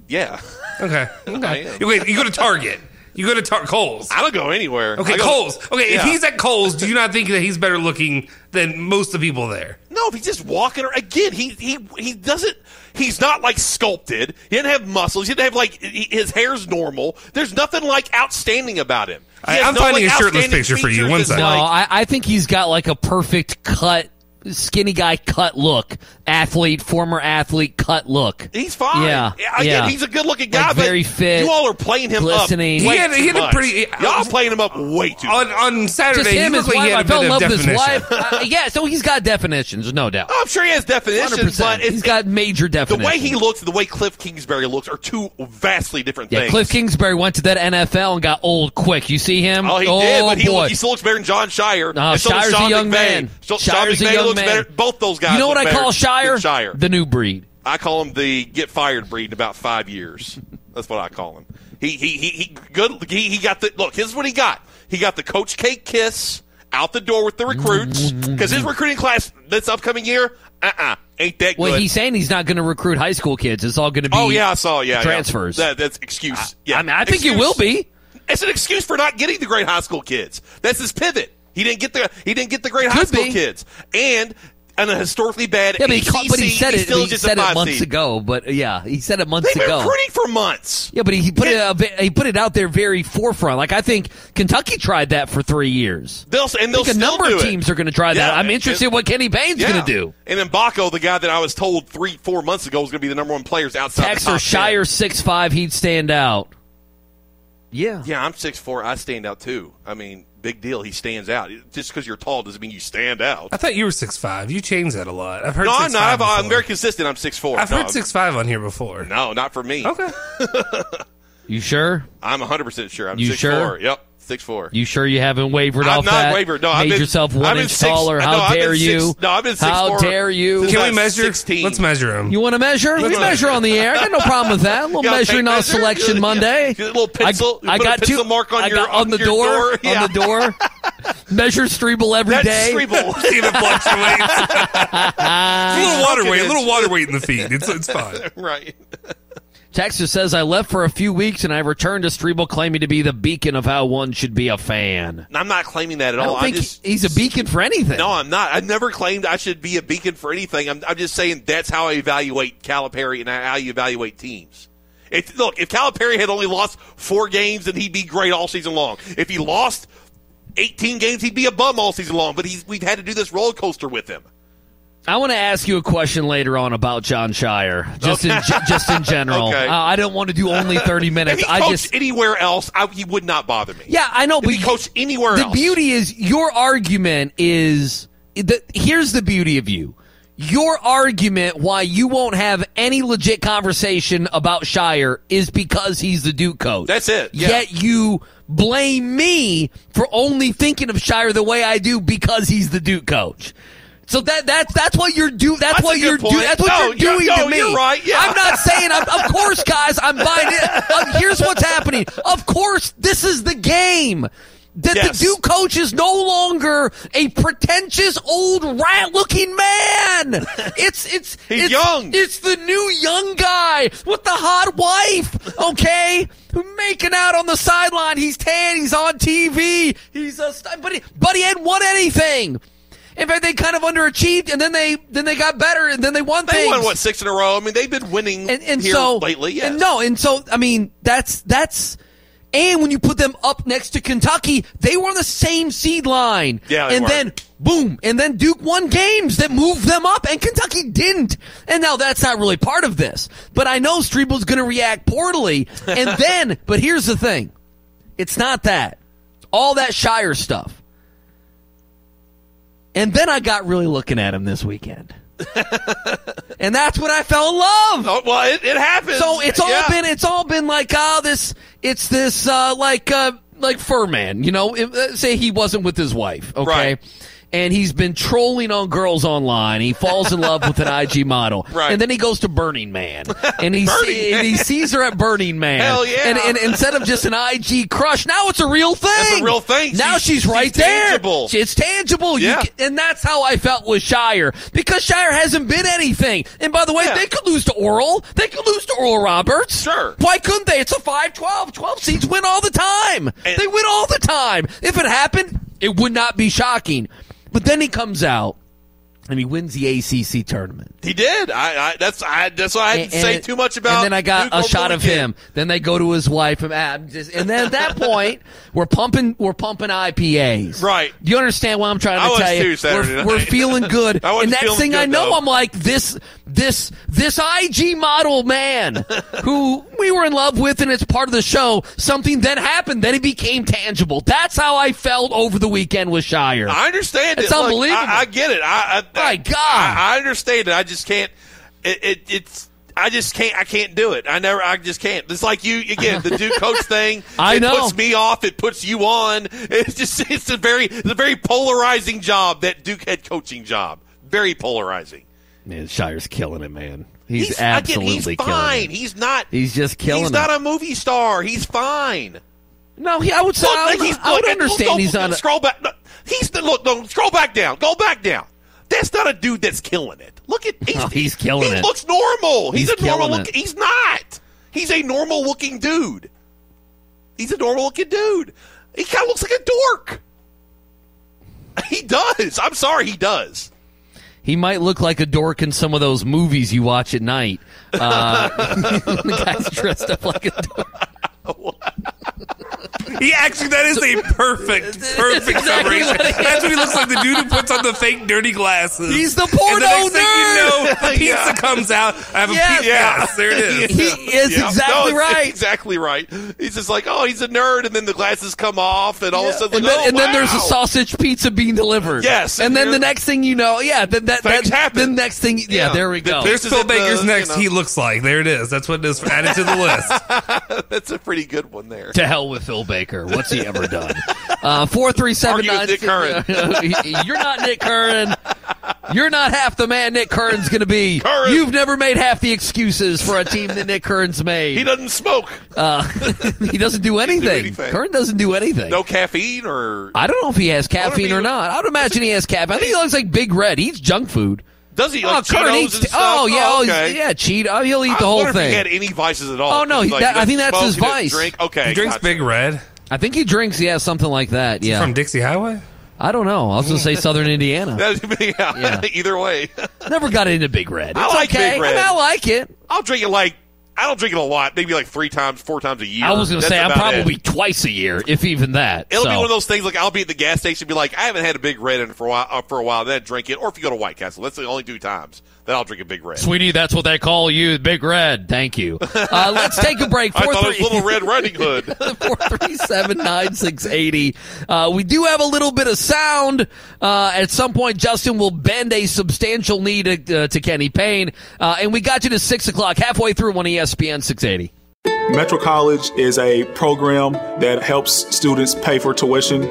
Yeah. Okay. I okay. am. You- Wait, you go to Target. You go to Tar- Kohl's. I don't go anywhere. Okay, I go- Coles. Okay, if Yeah. he's at Coles, do you not think that he's better looking than most of the people there? No, if he's just walking around again, he he he doesn't. He's not like sculpted. He didn't have muscles. He didn't have like he, his hair's normal. There's nothing like outstanding about him. He I- has I'm finding a shirtless outstanding picture for you. features One that's sec. No, like- I, I think he's got like a perfect cut, skinny guy cut look, athlete, former athlete cut look. he's fine. Yeah, again, yeah. he's a good-looking guy. Like, but very fit, You all are playing him glistening. up. He way had- he too had a much. pretty- Oh, I Y'all was- playing him up way too. much. On on Saturday, Just him, he his looked like wife. he I had a fell in bit of love with his definition. wife. Uh, yeah, so he's got definitions, no doubt. Oh, I'm sure he has definitions, 100%. but it's, he's got major the definitions. way he looks and the way Cliff Kingsbury looks are two vastly different Yeah, things. Cliff Kingsbury went to that NFL and got old quick. You see him? Oh, he did, but he, boy. look, he still looks better than John Shire. No, and so does Uh, Shire's Sean a young McVay. man. So, Shire's Sean a McVay young looks man. better. Both those guys. You know look what I better call than Shire? Shire. The new breed. I call him the get fired breed in about five years. That's what I call him. He he he, he good. He, he got the look. Here's what he got. He got the coach cake kiss out the door with the recruits Mm-hmm. because his recruiting class this upcoming year. Uh uh ain't that Well, good. he's saying he's not going to recruit high school kids. It's all going to be. oh yeah, I saw. Yeah, yeah. transfers. That, that's excuse. yeah, I, mean, I think it Excuse. will be. It's an excuse for not getting the great high school kids. That's his pivot. He didn't get the he didn't get the great high Could school be. kids, and and a historically bad. Yeah, but he, called- but he ACC, said he's it. still He just a said it five months seed. ago. But yeah, he said it months They've been ago. recruiting for months. Yeah, but he put it out, he put it out there very forefront. Like I think Kentucky tried that for three years. They'll and I they'll think a still number do of it. teams are going to try that. Yeah, I'm interested it- in what Kenny Payne's Yeah. going to do. And then Baco, the guy that I was told three four months ago was going to be the number one players outside. the Texas or top Shire 10. six five, he'd stand out. Yeah, Yeah, I'm six four. I stand out too. I mean, big deal. He stands out. Just because you're tall doesn't mean you stand out. I thought you were six five. You changed that a lot. I've heard. No, I'm 6'5" not. I've, I'm before. very consistent. I'm six four. I've no, heard six five on here before. No, not for me. Okay. you sure? I'm 100 percent sure. I'm You six sure? four. Yep, six four. You sure you haven't wavered I've off not that? wavered. No, made I've been- yourself I've one been inch six- taller. no, How I've been dare six- you? no, I've been six How four dare you? since Can I we was measure? 16. Let's measure him. You want to measure? Let's Let's measure measure. on the air. I got no problem with that. A little Yeah, I'll take measuring on measure. selection Yeah, Monday. yeah. Little pencil- I, I put a got pencil two, mark on I your- got on on the your door. door. On Yeah. the door. Measure Streeble every day. That's Strebel. See if it fluctuates. it's a little water Look at weight. A it. little water weight in the feed. It's it's fine. right. Texas says, I left for a few weeks and I returned to Strebel claiming to be the beacon of how one should be a fan. And I'm not claiming that at I all. don't I think just he's a beacon for anything. no, I'm not. I never claimed I should be a beacon for anything. I'm, I'm just saying that's how I evaluate Calipari and how you evaluate teams. If, look, if Calipari had only lost four games, then he'd be great all season long. If he lost 18 games, he'd be a bum all season long. But he's, we've had to do this roller coaster with him. I want to ask you a question later on about John Shire, just in in just in general. Okay. Uh, I don't want to do only thirty If minutes. he I coached just anywhere else, I, he would not bother me. yeah, I know. if but he coached anywhere the else, beauty is your argument is the, here's the beauty of you your argument why you won't have any legit conversation about shire is because he's the duke coach That's it, yeah. yet you blame me for only thinking of shire the way i do because he's the duke coach so that that's that's what you're do that's, That's what a good you're doing point. that's what No, you're doing you're- no, to me. you're right, yeah. I'm not saying I'm, of course guys I'm buying it. Um, here's what's happening. Of course this is the game. That Yes. the Duke coach is no longer a pretentious old rat looking man. It's it's He's it's, young. It's the new young guy with the hot wife, okay? Who making out on the sideline. He's tan, he's on TV. He's a st- but he, but he hadn't won anything. In fact, they kind of underachieved and then they then they got better and then they won they things won what six in a row. I mean, they've been winning and, and here so lately. Yes. and no and so i mean that's that's And when you put them up next to Kentucky, they were on the same seed line. Yeah, they and were. then boom, and then Duke won games that moved them up, and Kentucky didn't. And now that's not really part of this. But I know Strebel's going to react poorly. And then, but here's the thing: it's not that all that Shire stuff. And then I got really looking at him this weekend, and that's when I fell in love. Oh, well, it, it happens. So it's all Yeah. been it's all been like ah this it's this uh, like uh, like Furman, you know. If, uh, say he wasn't with his wife, okay. Right. And he's been trolling on girls online. He falls in love with an IG model, Right. and then he goes to Burning Man, and he Burning see, and he sees her at Burning Man. Hell yeah. And, and instead of just an IG crush, now it's a real thing. It's a real thing. Now she's, She's- she's right there. tangible. It's tangible. You Yeah. ca- and that's how I felt with Shire because Shire hasn't been anything. And by the way, Yeah. they could lose to Oral. They could lose to Oral Roberts. Sure. Why couldn't they? It's a 5 12. 12 seeds win all the time. And- they win all the time. If it happened, it would not be shocking. But then he comes out and he wins the ACC tournament. He did. I, I that's I that's why I didn't And- say and- too much about. And then I got Duke a over shot the of weekend. him. Then they go to his wife, and, ah, I'm just- and then at that point, we're pumping, we're pumping IPAs. Right. Do you understand what I'm trying to I was tell too you? Saturday we're, night. we're feeling good. I wasn't and next feeling thing I good, know, though. I'm like this, this, this IG model man who we were in love with, and it's part of the show. Something then happened. Then it became tangible. That's how I felt over the weekend with Shire. I understand. It's it. Look, unbelievable. I, I get it. I, I My I- God. I, I understand it. I just can't. It, it it's. I just can't. I can't do it. I never. I just can't. It's like you again. The Duke coach thing. I it know. Puts me off. It puts you on. It's just. It's a very. It's a very polarizing job. That Duke head coaching job. Very polarizing. man, Shire's killing it, man. He's, again, absolutely he's killing fine. it. He's not. He's just killing He's it. not a movie star. He's fine. No, he, I would say Look, I, like would- he's, I would look, understand look, he's on. A, Scroll back. No, he's the, look. No, scroll back down. Go back down. That's not a dude that's killing it. Look at he's, Oh, he's killing he it. looks normal. He's, He's a normal killing look. it. He's not. He's a normal looking dude. He's a normal looking dude. He kind of looks like a dork. He does. I'm sorry, he does. he might look like a dork in some of those movies you watch at night. Uh, the guy's dressed up like a dork. He actually, that is a perfect, perfect exactly summation. what it is. That's what he looks like the dude who puts on the fake dirty glasses. He's the And the porno next thing you know, nerd. the pizza comes out. I have a Yes. pizza. Yes, there it is. He is Yeah. exactly No, it's right. Exactly right. He's just like, oh, he's a nerd, and then the glasses come off, and all of a sudden, and like, then, oh, and then there's a wow. sausage pizza being delivered. Yes, and and then the you're- next thing you know, yeah, then that, that Things happen. then next thing, yeah, Yeah. there we The go. There's pizza- Phil Is it the, Baker's next. you know- He looks like there it is. That's what it is. Added to the list. That's a pretty good one there. to hell with Phil Baker. What's he ever done? Uh, four three seven Argue nine. with Nick Curran. You're not Nick Curran. You're not half the man Nick Curran's going to be. Curran. You've never made half the excuses for a team that Nick Curran's made. He doesn't smoke. Uh, He doesn't do anything. anything. Curran doesn't do anything. no caffeine or I don't know if he has caffeine be- or not. I would imagine he has caffeine. I think he looks like Big Red. He eats junk food. does he like oh, Curran Cheetos eats. and stuff? Oh yeah. Oh, okay. yeah. Cheat. Oh, he'll eat I the whole wonder If thing. he had any vices at all? Oh, no, he- Like, that- he I think doesn't that's his smoke, he doesn't vice. Drink. Okay, He drinks gotcha. Big Red I think he drinks. Yeah, something like that. Yeah. from Dixie Highway. I don't know. I was going to say Southern Indiana. That'd be- yeah. Yeah. Either way, Never got into Big Red. It's I like okay. Big Red. I, mean, I like it. I'll drink it like I don't drink it a lot. Maybe like three times, four times a year. I was going to That's say I about probably It. twice a year, if even that. It'll so. be one of those things like I'll be at the gas station, and be like, I haven't had a big red in for a while. Uh, for a while, then I drink it. Or if you go to White Castle, that's the only two times that I'll drink a big red. Sweetie, that's what they call you, Big Red. Thank you. Uh, let's take a break. I Four thought it was three- Little Red Riding Hood. Four three seven nine six eighty. Uh, we do have a little bit of sound. Uh, at some point, Justin will bend a substantial knee to, uh, to Kenny Payne, uh, and we got you to six o'clock, halfway through E one ESPN six eighty. Metro College is a program that helps students pay for tuition,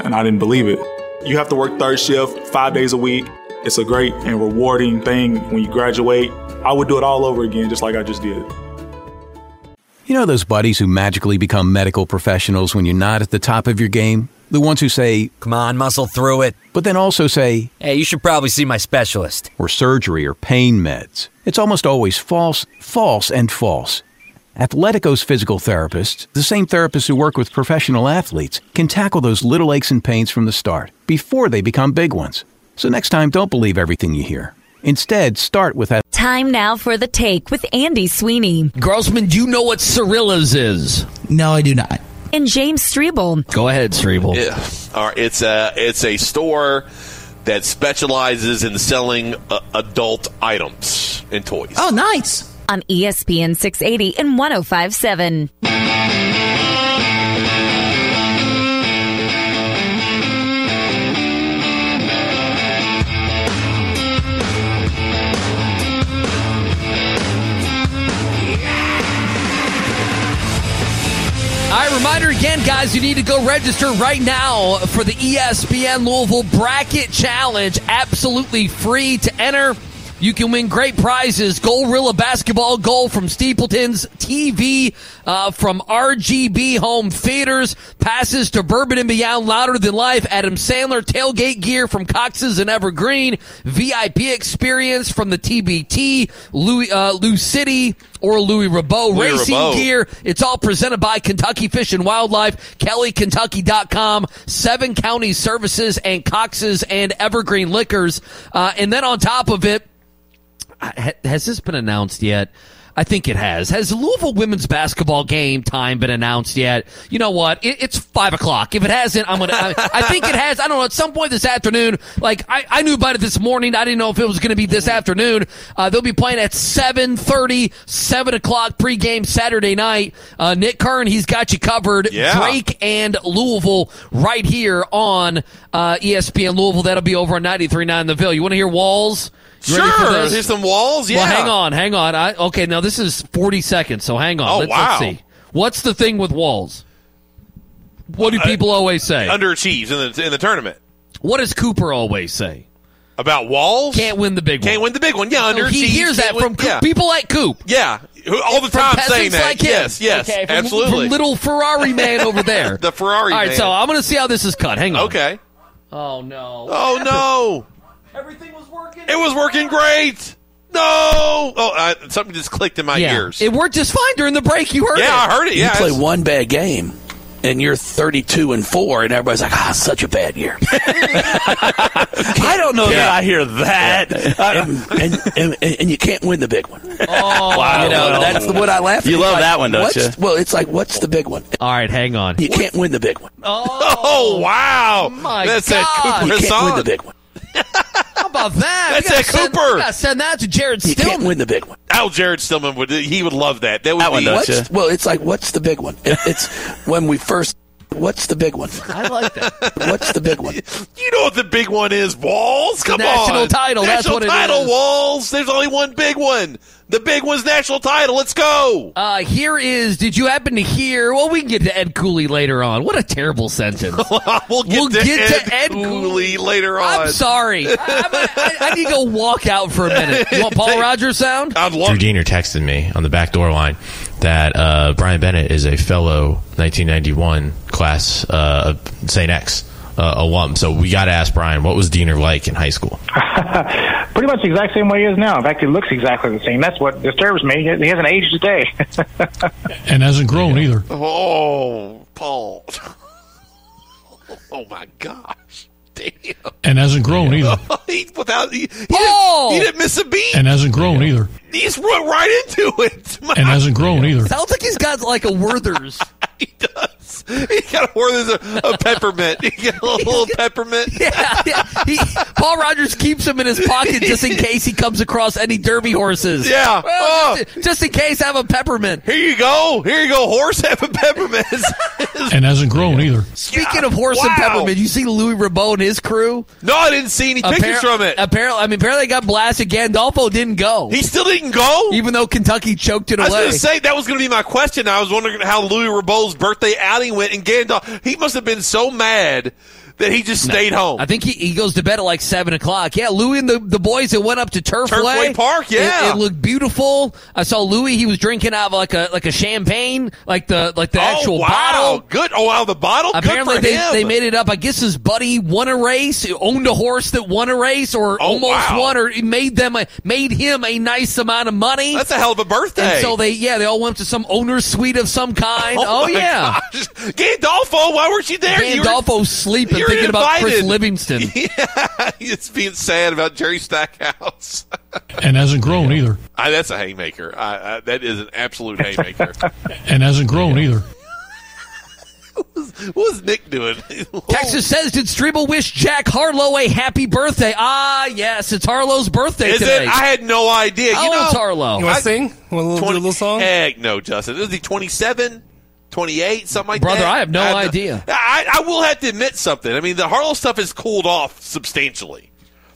and I didn't believe it. You have to work third shift five days a week. It's a great and rewarding thing when you graduate. I would do it all over again, just like I just did. You know those buddies who magically become medical professionals when you're not at the top of your game? The ones who say, Come on, muscle through it. but then also say, Hey, you should probably see my specialist. or surgery or pain meds. It's almost always false, false, and false. Athletico's physical therapists, the same therapists who work with professional athletes, can tackle those little aches and pains from the start before they become big ones. So next time, don't believe everything you hear. Instead, start with Time now for the take with Andy Sweeney. Grossman, do you know what Cirilla's is? No, I do not. and James Strebel. Go ahead, Strebel. Yeah. All right. It's a it's a store that specializes in selling uh, adult items and toys. Oh, nice. On E ESPN 680 and 1057. All right, reminder again, guys, you need to go register right now for the E ESPN Louisville Bracket Challenge. Absolutely free to enter. You can win great prizes. Gorilla basketball goal from Steepleton's TV uh, from RGB Home Theaters. Passes to Bourbon and Beyond Louder Than Life. Adam Sandler tailgate gear from Cox's and Evergreen. VIP experience from the TBT. Louis, uh, Lou City or Louis Rabot Louis racing Rabot. gear here. It's all presented by Kentucky Fish and Wildlife, KellyKentucky.com, Seven County Services, and Cox's and Evergreen Liquors. Uh, and then on top of it, ha- has this been announced yet? I think it has. Has the Louisville women's basketball game time been announced yet? You know what? It, it's five o'clock. If it hasn't, I'm gonna. I, I think it has. I don't know. At some point this afternoon, like I, I knew about it this morning. I didn't know if it was gonna be this afternoon. Uh, they'll be playing at 7.30, 7 o'clock pregame Saturday night. Uh, Nick Kern, he's got you covered. Yeah. Drake and Louisville right here on uh, ESPN Louisville. That'll be over on 93.9 The Ville. You want to hear Walls? You ready for Sure, this? there's some walls, yeah. Well, hang on, hang on. I okay. Now this is 40 seconds, so hang on. Oh, let's, wow. let's see. What's the thing with walls? What Uh, do people always say? Underachieves in the in the tournament. What does Cooper always say? About walls? Can't win the big one. Can't win the big one. Yeah, So underachieves. he hears that can't win- from Coop. yeah. people like Coop. Yeah, who- all the From time peasants saying that. like him. yes, yes, Okay, from- absolutely. From little Ferrari man over there. The Ferrari All right, man. so I'm going to see how this is cut. Hang on. Okay. Oh no. Oh no. Everything was working. It was working great. No. Oh, uh, something just clicked in my yeah. ears. It worked just fine during the break. You heard it. Yeah, I heard it. You Yeah. play it's- one bad game, and you're 32 and four, and everybody's like, "Ah, such a bad year." I don't know that I hear that, Uh, and, and, and and you can't win the big one. Oh, you know, well. that's the one I laugh. at. You love Like, that one, don't what's- you? Well, it's like, what's the big one? All right, hang on. You can't win the big one. Oh wow! My That's God. that Cooper you can't win Hassan. the big one. How about that? We That's gotta it, send- Cooper. we gotta send that to Jared You Stillman. can't win the big one. Oh, Jared Stillman would. He would love that. That would be. What's- Well, it's like, what's the big one? It- It's when we first. What's the big one? I like that. What's the big one? You know what the big one is? Walls. Come national on, title, that's National what it title. is. Walls. There's only one big one. The big one's national title. Let's go. Uh, here is. Did you happen to hear? Well, we can get to Ed Cooley later on. What a terrible sentence. we'll get, We'll to, get Ed to Ed Cooley later on. I'm sorry. I, I'm a- I- I need to go walk out for a minute. You want Paul Rogers sound? I'd Drew Diener texted me on the back door line that uh, Brian Bennett is a fellow 1991 class uh, of St. X uh, alum. So we got to ask Brian, what was Diener like in high school? Pretty much the exact same way he is now. In fact, he looks exactly the same. That's what disturbs me. He hasn't aged a day. and hasn't grown either. Oh, Paul. oh my gosh. Damn. And hasn't grown either. He- without he, he Paul! Didn't, he didn't miss a beat. And hasn't grown either. He just went right into it. My- And hasn't grown either. Sounds like he's got like a Werther's. he got a horse a, a peppermint. He got a little, little peppermint. Yeah, yeah. He, Paul Rogers keeps him in his pocket just in case he comes across any derby horses. Yeah. Oh. Well, just, just in case, have a peppermint. Here you go. Here you go. Horse have a peppermint. And hasn't grown either. Speaking of horse and Wow. peppermint, you see Louis Rabot and his crew? no, I didn't see any pictures Appar- from it. Apparently, I mean, apparently they got blasted. Gandolfo didn't go. He still didn't go, even though Kentucky choked it I was away. going to say that was going to be my question. I was wondering how Louis Rabot's birthday outing went, and Gandalf he must have been so mad that he just stayed home. I think he, he goes to bed at like seven o'clock. Yeah, Louis and the, the boys that went up to Turfway, Turfway Park, yeah. it, it looked beautiful. I saw Louis; he was drinking out of like a like a champagne, like the like the oh, actual wow. bottle. Good. Oh, wow, the bottle. Apparently, Good for they, him. they made it up. I guess his buddy won a race, he owned a horse that won a race, or Oh, almost wow. won, or it made them a, made him a nice amount of money. That's a hell of a birthday. And so they, yeah, they all went to some owner's suite of some kind. Oh, Oh, my yeah. gosh. Gandolfo, why weren't you there? You were- Gandolfo's sleeping, you're thinking about Chris invited. Livingston. it's being sad about Jerry Stackhouse. And hasn't grown either. I, that's a haymaker. I, I, that is an absolute haymaker. And hasn't grown either. What was Nick doing? Texas says, did Strebel wish Jack Harlow a happy birthday? Ah, yes, it's Harlow's birthday Is today. it? I had no idea. How you know, old's Harlow? I- eh, Want a little, 20 do a little song? Heck no, Justin. Is he 27, 28, something like Brother, that? I have no idea. I, I will have to admit something. I mean, the Harlow stuff has cooled off substantially.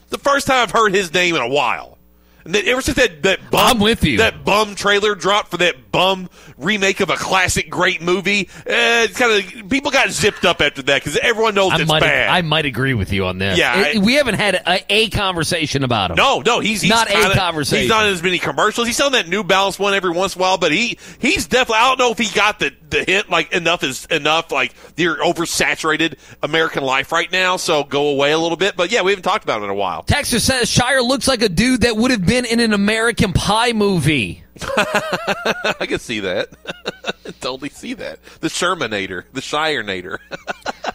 The first time I've heard his name in a while. And that, ever since that, that bum, I'm with you. That bum trailer dropped for that bum remake of a classic great movie. Uh, it's kind of people got zipped up after that because everyone knows I it's might, bad. I might agree with you on that. Yeah, It- I- we haven't had a, a conversation about him. No, no, he's, he's not kinda- a conversation. He's not in as many commercials. He's on that New Balance one every once in a while, but he he's definitely. I don't know if he got the the hint like enough is enough. Like you're oversaturated American life right now, so go away a little bit. But yeah, we haven't talked about him in a while. Texas says Shire looks like a dude that would have been in an American Pie movie. I can see that. totally see that. The Shermanator, the Shirenator.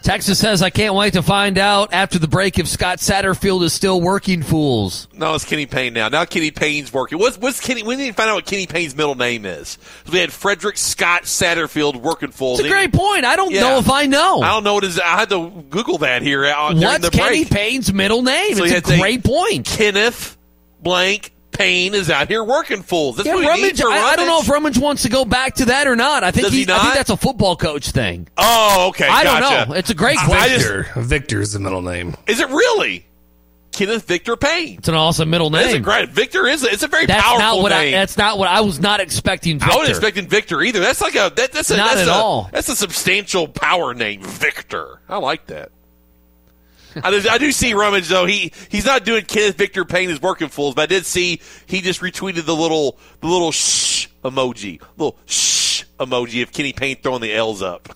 Texas says I can't wait to find out after the break if Scott Satterfield is still working fools. No, it's Kenny Payne now. Now Kenny Payne's working. What's what's Kenny? We need to find out what Kenny Payne's middle name is. We had Frederick Scott Satterfield working full. It's a great point. I don't know if I know. I don't know what is. I had to Google that here uh, during What's the Kenny break. Payne's middle name? So you had it's to a great think point. Kenneth blank Payne is out here working fools. That's Yeah, what we need Rummage. for I, I don't know if Rummage. Rummage wants to go back to that or not. I think Does he, he I think not? that's a football coach thing. Oh, okay. I don't gotcha. know. It's a great I- I just- Victor. Victor is the middle name. is it really Kenneth Victor Payne? It's an awesome middle name. That's a great Victor. Is it's a very That's powerful not what name. I. That's not what I was not expecting. I wasn't Victor. expecting Victor either. That's like a that, that's a, Not at that's a, all. That's a substantial power name, Victor. I like that. I, do, I do see Rummage though. He he's not doing Kenneth Victor Payne is working fools, but I did see he just retweeted the little the little shh emoji, little shh emoji of Kenny Payne throwing the L's up.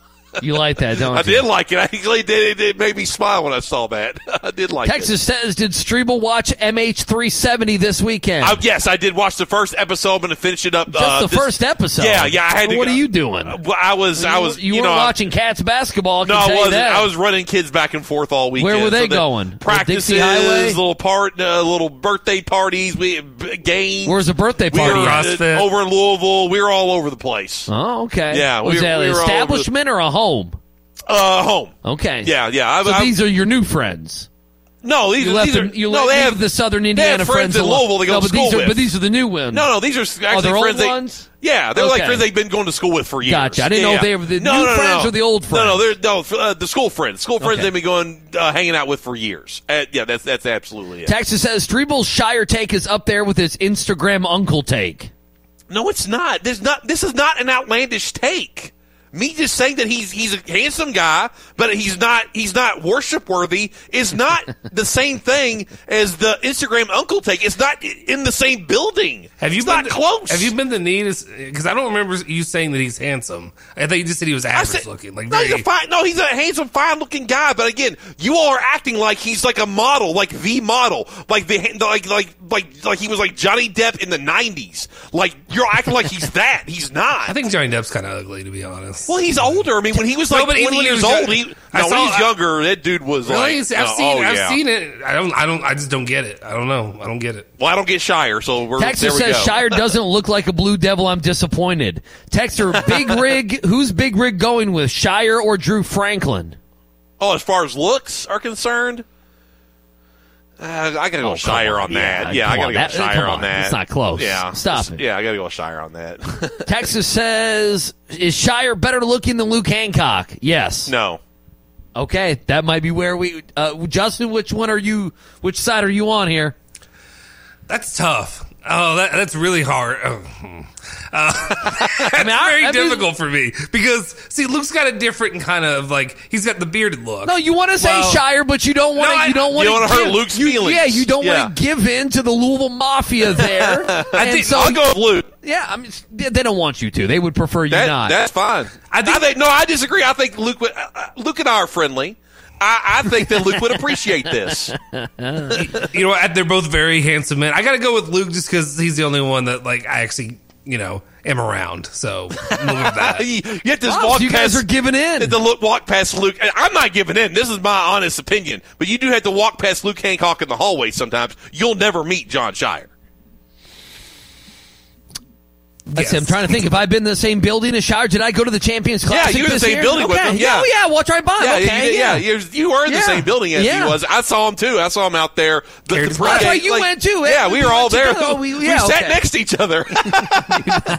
You like that, don't I you? did like it. I actually did. It, it made me smile when I saw that. I did like it. Texas says, did Strebel watch MH370 this weekend? I, yes, I did watch the first episode. I'm going to finish it up. Just uh, the this- first episode. Yeah, yeah. I Well, had to, what are you doing? Well, I was. I was. you, You, weren't know, I- watching Cats basketball. I can No, tell I you wasn't. that. I was running kids back and forth all weekend. Were they the going? Old Dixie Practices, Highway? little part, uh, little birthday parties, we b- games. Where's the birthday party? We were uh, at? over in Louisville. We were all over the place. Oh, okay. Yeah, was we- that we an were all over- establishment or a home? Uh, home. Okay. Yeah, yeah. I, so I- these are your new friends. no, these, You are- left these are them, you no. left They leave have the Southern they Indiana have friends in alone. Louisville. They go no, to but school these are, with. But these are the new ones. no, no, these are actually they're friends. old they, ones? Yeah, they're like Okay. friends they've been going to school with for years. Gotcha. I didn't Yeah, know if yeah. they were the no, new no, no, friends no. or the old No, no, they're no uh, the school friends. School friends Okay. they've been going uh, hanging out with for years. Uh, yeah, that's that's absolutely it. Texas says Strebel's Shire take is up there with his Instagram uncle take. No, it's not. There's not. This is not an outlandish take. Me just saying that he's he's a handsome guy, but he's not he's not worship worthy is not the same thing as the Instagram uncle take. It's not in the same building. Have you it's been not to- close? Have you been the neatest? Because I don't remember you saying that he's handsome. I thought you just said he was I average said- looking. Like no, very, he's a fine, no, he's a handsome, fine-looking guy. But again, you all are acting like he's like a model, like the model, like the like like like like he was like Johnny Depp in the '90s. Like you're acting like he's that. He's not. I think Johnny Depp's kind of ugly, to be honest. Well, he's older. I mean, when he was No, like but even 20 when he years was old, young- he, no, I when saw- he's younger, that dude was Really? like, I've uh, seen. oh, I've yeah. seen it. I don't. I don't. I just don't get it. I don't know. I don't get it. Well, I don't get Shire, so we're there Texter we says go. Shire doesn't look like a blue devil. I'm disappointed. Texter, Big Rig, who's Big Rig going with Shire or Drew Franklin? Oh, as far as looks are concerned, uh, I gotta go Oh, come Shire on. on that. Yeah, Yeah, come I gotta on. go That- Shire come on, on. that. It's not close. Yeah, Stop it's- it. Yeah, I gotta go Shire on that. Texas says is Shire better looking than Luke Hancock? Yes. No. Okay, that might be where we. Uh, Justin, which one are you? Which side are you on here? That's tough. Oh, that, that's really hard. Oh, hmm. Uh, that's very I mean- difficult for me because see, Luke's got a different kind of like he's got the bearded look. No, you want to say Well- Shire, but you don't want to. No, I- you don't You want don't wanna hurt Luke's You, feelings. yeah, you don't Yeah. want to give in to the Louisville Mafia there. I And think so- I'll go with Luke. Yeah, I mean, they they don't want you to. They would prefer you That- not. That's fine. I think, no, I disagree. I think Luke would, uh, uh, Luke and I are friendly. I, I think that Luke would appreciate this. you know, what, they're both very handsome men. I got to go with Luke just because he's the only one that like I actually, you know, am around. So move with that. you you have to Wow, walk so you guys past, are giving in. The look, walk past Luke. and I'm not giving in. This is my honest opinion. But you do have to walk past Luke Hancock in the hallway sometimes. You'll never meet John Shire. Let's see, I'm trying to think. Have I been in the same building as Shire? Did I go to the Champions Classic? you were in the this same year? building with Okay. him, yeah. Oh, yeah. Watch right by. Yeah, you okay. did- yeah, you, you were in the Yeah. same building as Yeah. he was. I saw him too. I saw him out there. The, the Well, that's pregame, why you like- went too. eh? Yeah, we were all there. Oh, we- yeah, sat okay. next to each other.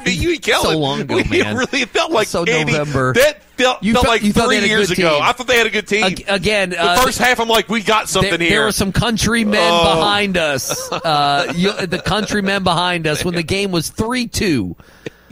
you and Kellen. So long ago, we, man. It really felt like So Andy- November. That felt, You felt felt- like you felt they three had a years good ago. team. I thought they had a good team. Ag- again, the uh, first half, I'm like, we got something There, here. there were some countrymen Oh. behind us. Uh, you, the countrymen behind us when the game was three two.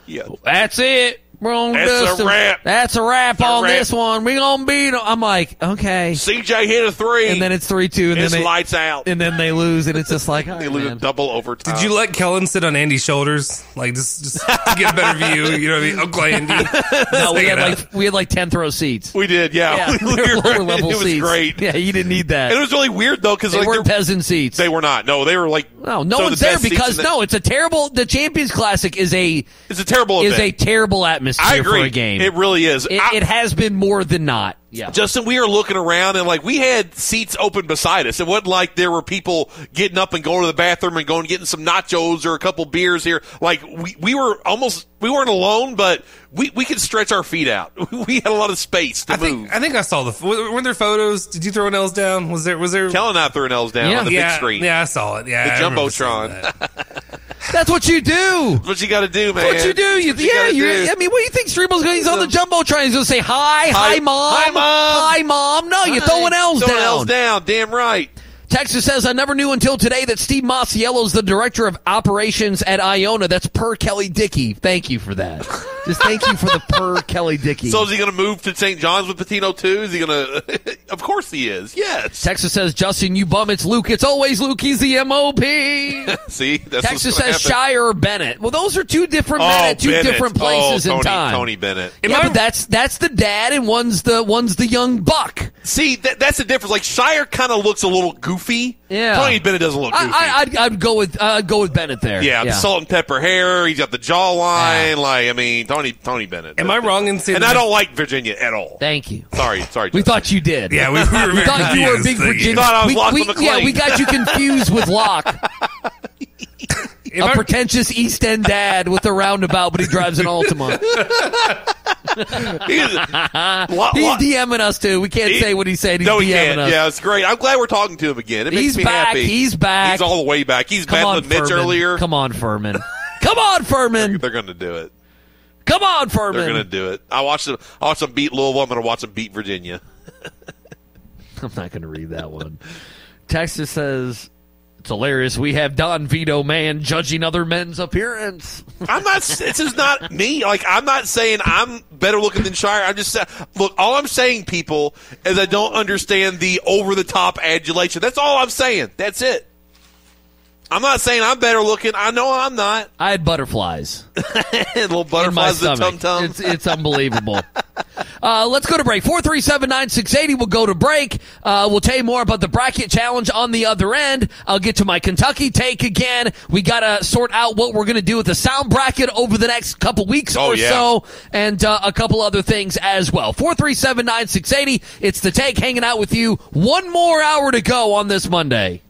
Yeah. That's it. We're on That's a this. wrap. That's a wrap It's a on wrap. this one. We're gonna beat 'em. I'm like, okay. CJ hit a three. And then it's three two, and It's then they, lights out. and then they lose, and it's just like all They right, lose a man. double overtime. Did you let Kellen sit on Andy's shoulders? Like, just, just to get a better view. You know what I mean? Uncle Andy. No, we Hang had it like we had like ten throw seats. We did, yeah. yeah they were You're lower right. level It was seats. great. Yeah, you didn't need that. And it was really weird though because They like weren't they're- peasant seats. They were not. No, they were like No, no some of one's the there best seats because in the- no, it's a terrible. The Champions Classic is a it's a terrible is a event. terrible atmosphere Oh, I agree. for a game. It really is. It, I- it has been more than not. Yeah, Justin, we were looking around and like we had seats open beside us. It wasn't like there were people getting up and going to the bathroom and going and getting some nachos or a couple beers here. Like we, we were almost we weren't alone, but we, we could stretch our feet out. We had a lot of space to I move. think I think I saw the. Were weren't there photos? Did you throw an L's down? Was there? Was there? Kellen and I threw an L's down on the yeah, big screen. Yeah, I saw it. Yeah, I the remember seeing jumbotron. that. That's that's what you do. what you got to do, man. What you do? You, What you yeah, gotta you. do. I mean, what do you think Streambo's going? He's on the jumbo train. He's going to say hi, hi, mom, Hi, Mom. hi, mom. No, you're throwing L's Throwing down. L's down. Damn right. Texas says, I never knew until today that Steve Masiello is the director of operations at Iona. That's per Kelly Dickey. Thank you for that. Just thank you for the per Kelly Dickey. So is he going to move to St. John's with Patino too? Is he going to? Of course he is. Yes. Texas says, Justin, you bum, it's Luke. It's always Luke. He's the MOP. See, that's Texas what's gonna says happen. Shire or Bennett. Well, those are two different men Oh, at two Bennett. different places oh, Tony, in time. Tony Bennett. Yeah, but that's that's the dad and one's the one's the young buck. See, that, that's the difference. Like Shire kind of looks a little goofy. Yeah. Tony Bennett doesn't look I, goofy. I, I'd, I'd go with I'd go with Bennett there. yeah, the salt and pepper hair. He's got the jawline. Like, I mean, Tony Tony Bennett. Am I wrong in saying? And I that- don't like Virginia at all. Thank you. Sorry, sorry. We thought you did. Yeah, we, we We were very thought you were a big confused. Virginia. Thought I was we, Locke we- McClain. yeah, we got you confused with Locke, a I- pretentious East End dad with a roundabout, but he drives an Altima. He's- Lo- He's Lo- DMing us too. We can't He- say what he's saying. He's no, DMing he can't. us. Yeah, it's great. I'm glad we're talking to him again. It makes He's me back. happy. He's back. He's all the way back. He's Come on, battling Mitch Furman. earlier. Come on, Furman. Come on, Furman. They're going to do it. Come on, Furman. They're going to do it. I watched them. I watched them beat Louisville. I'm going to watch them beat Virginia. I'm not going to read that one. Texas says it's hilarious. We have Don Vito man judging other men's appearance. I'm not. This is not me. Like I'm not saying I'm better looking than Shire. I'm just sa- look. All I'm saying, people, is I don't understand the over the top adulation. That's all I'm saying. That's it. I'm not saying I'm better looking. I know I'm not. I had butterflies. Little in my butterflies, the stomach. tum tum. It's, it's unbelievable. uh, let's go to break. 437-9680. We'll go to break. Uh, we'll tell you more about the bracket challenge on the other end. I'll get to my Kentucky take again. We got to sort out what we're going to do with the sound bracket over the next couple weeks Oh, or yeah. so and uh, a couple other things as well. 437-9680. It's the take hanging out with you. One more hour to go on this Monday.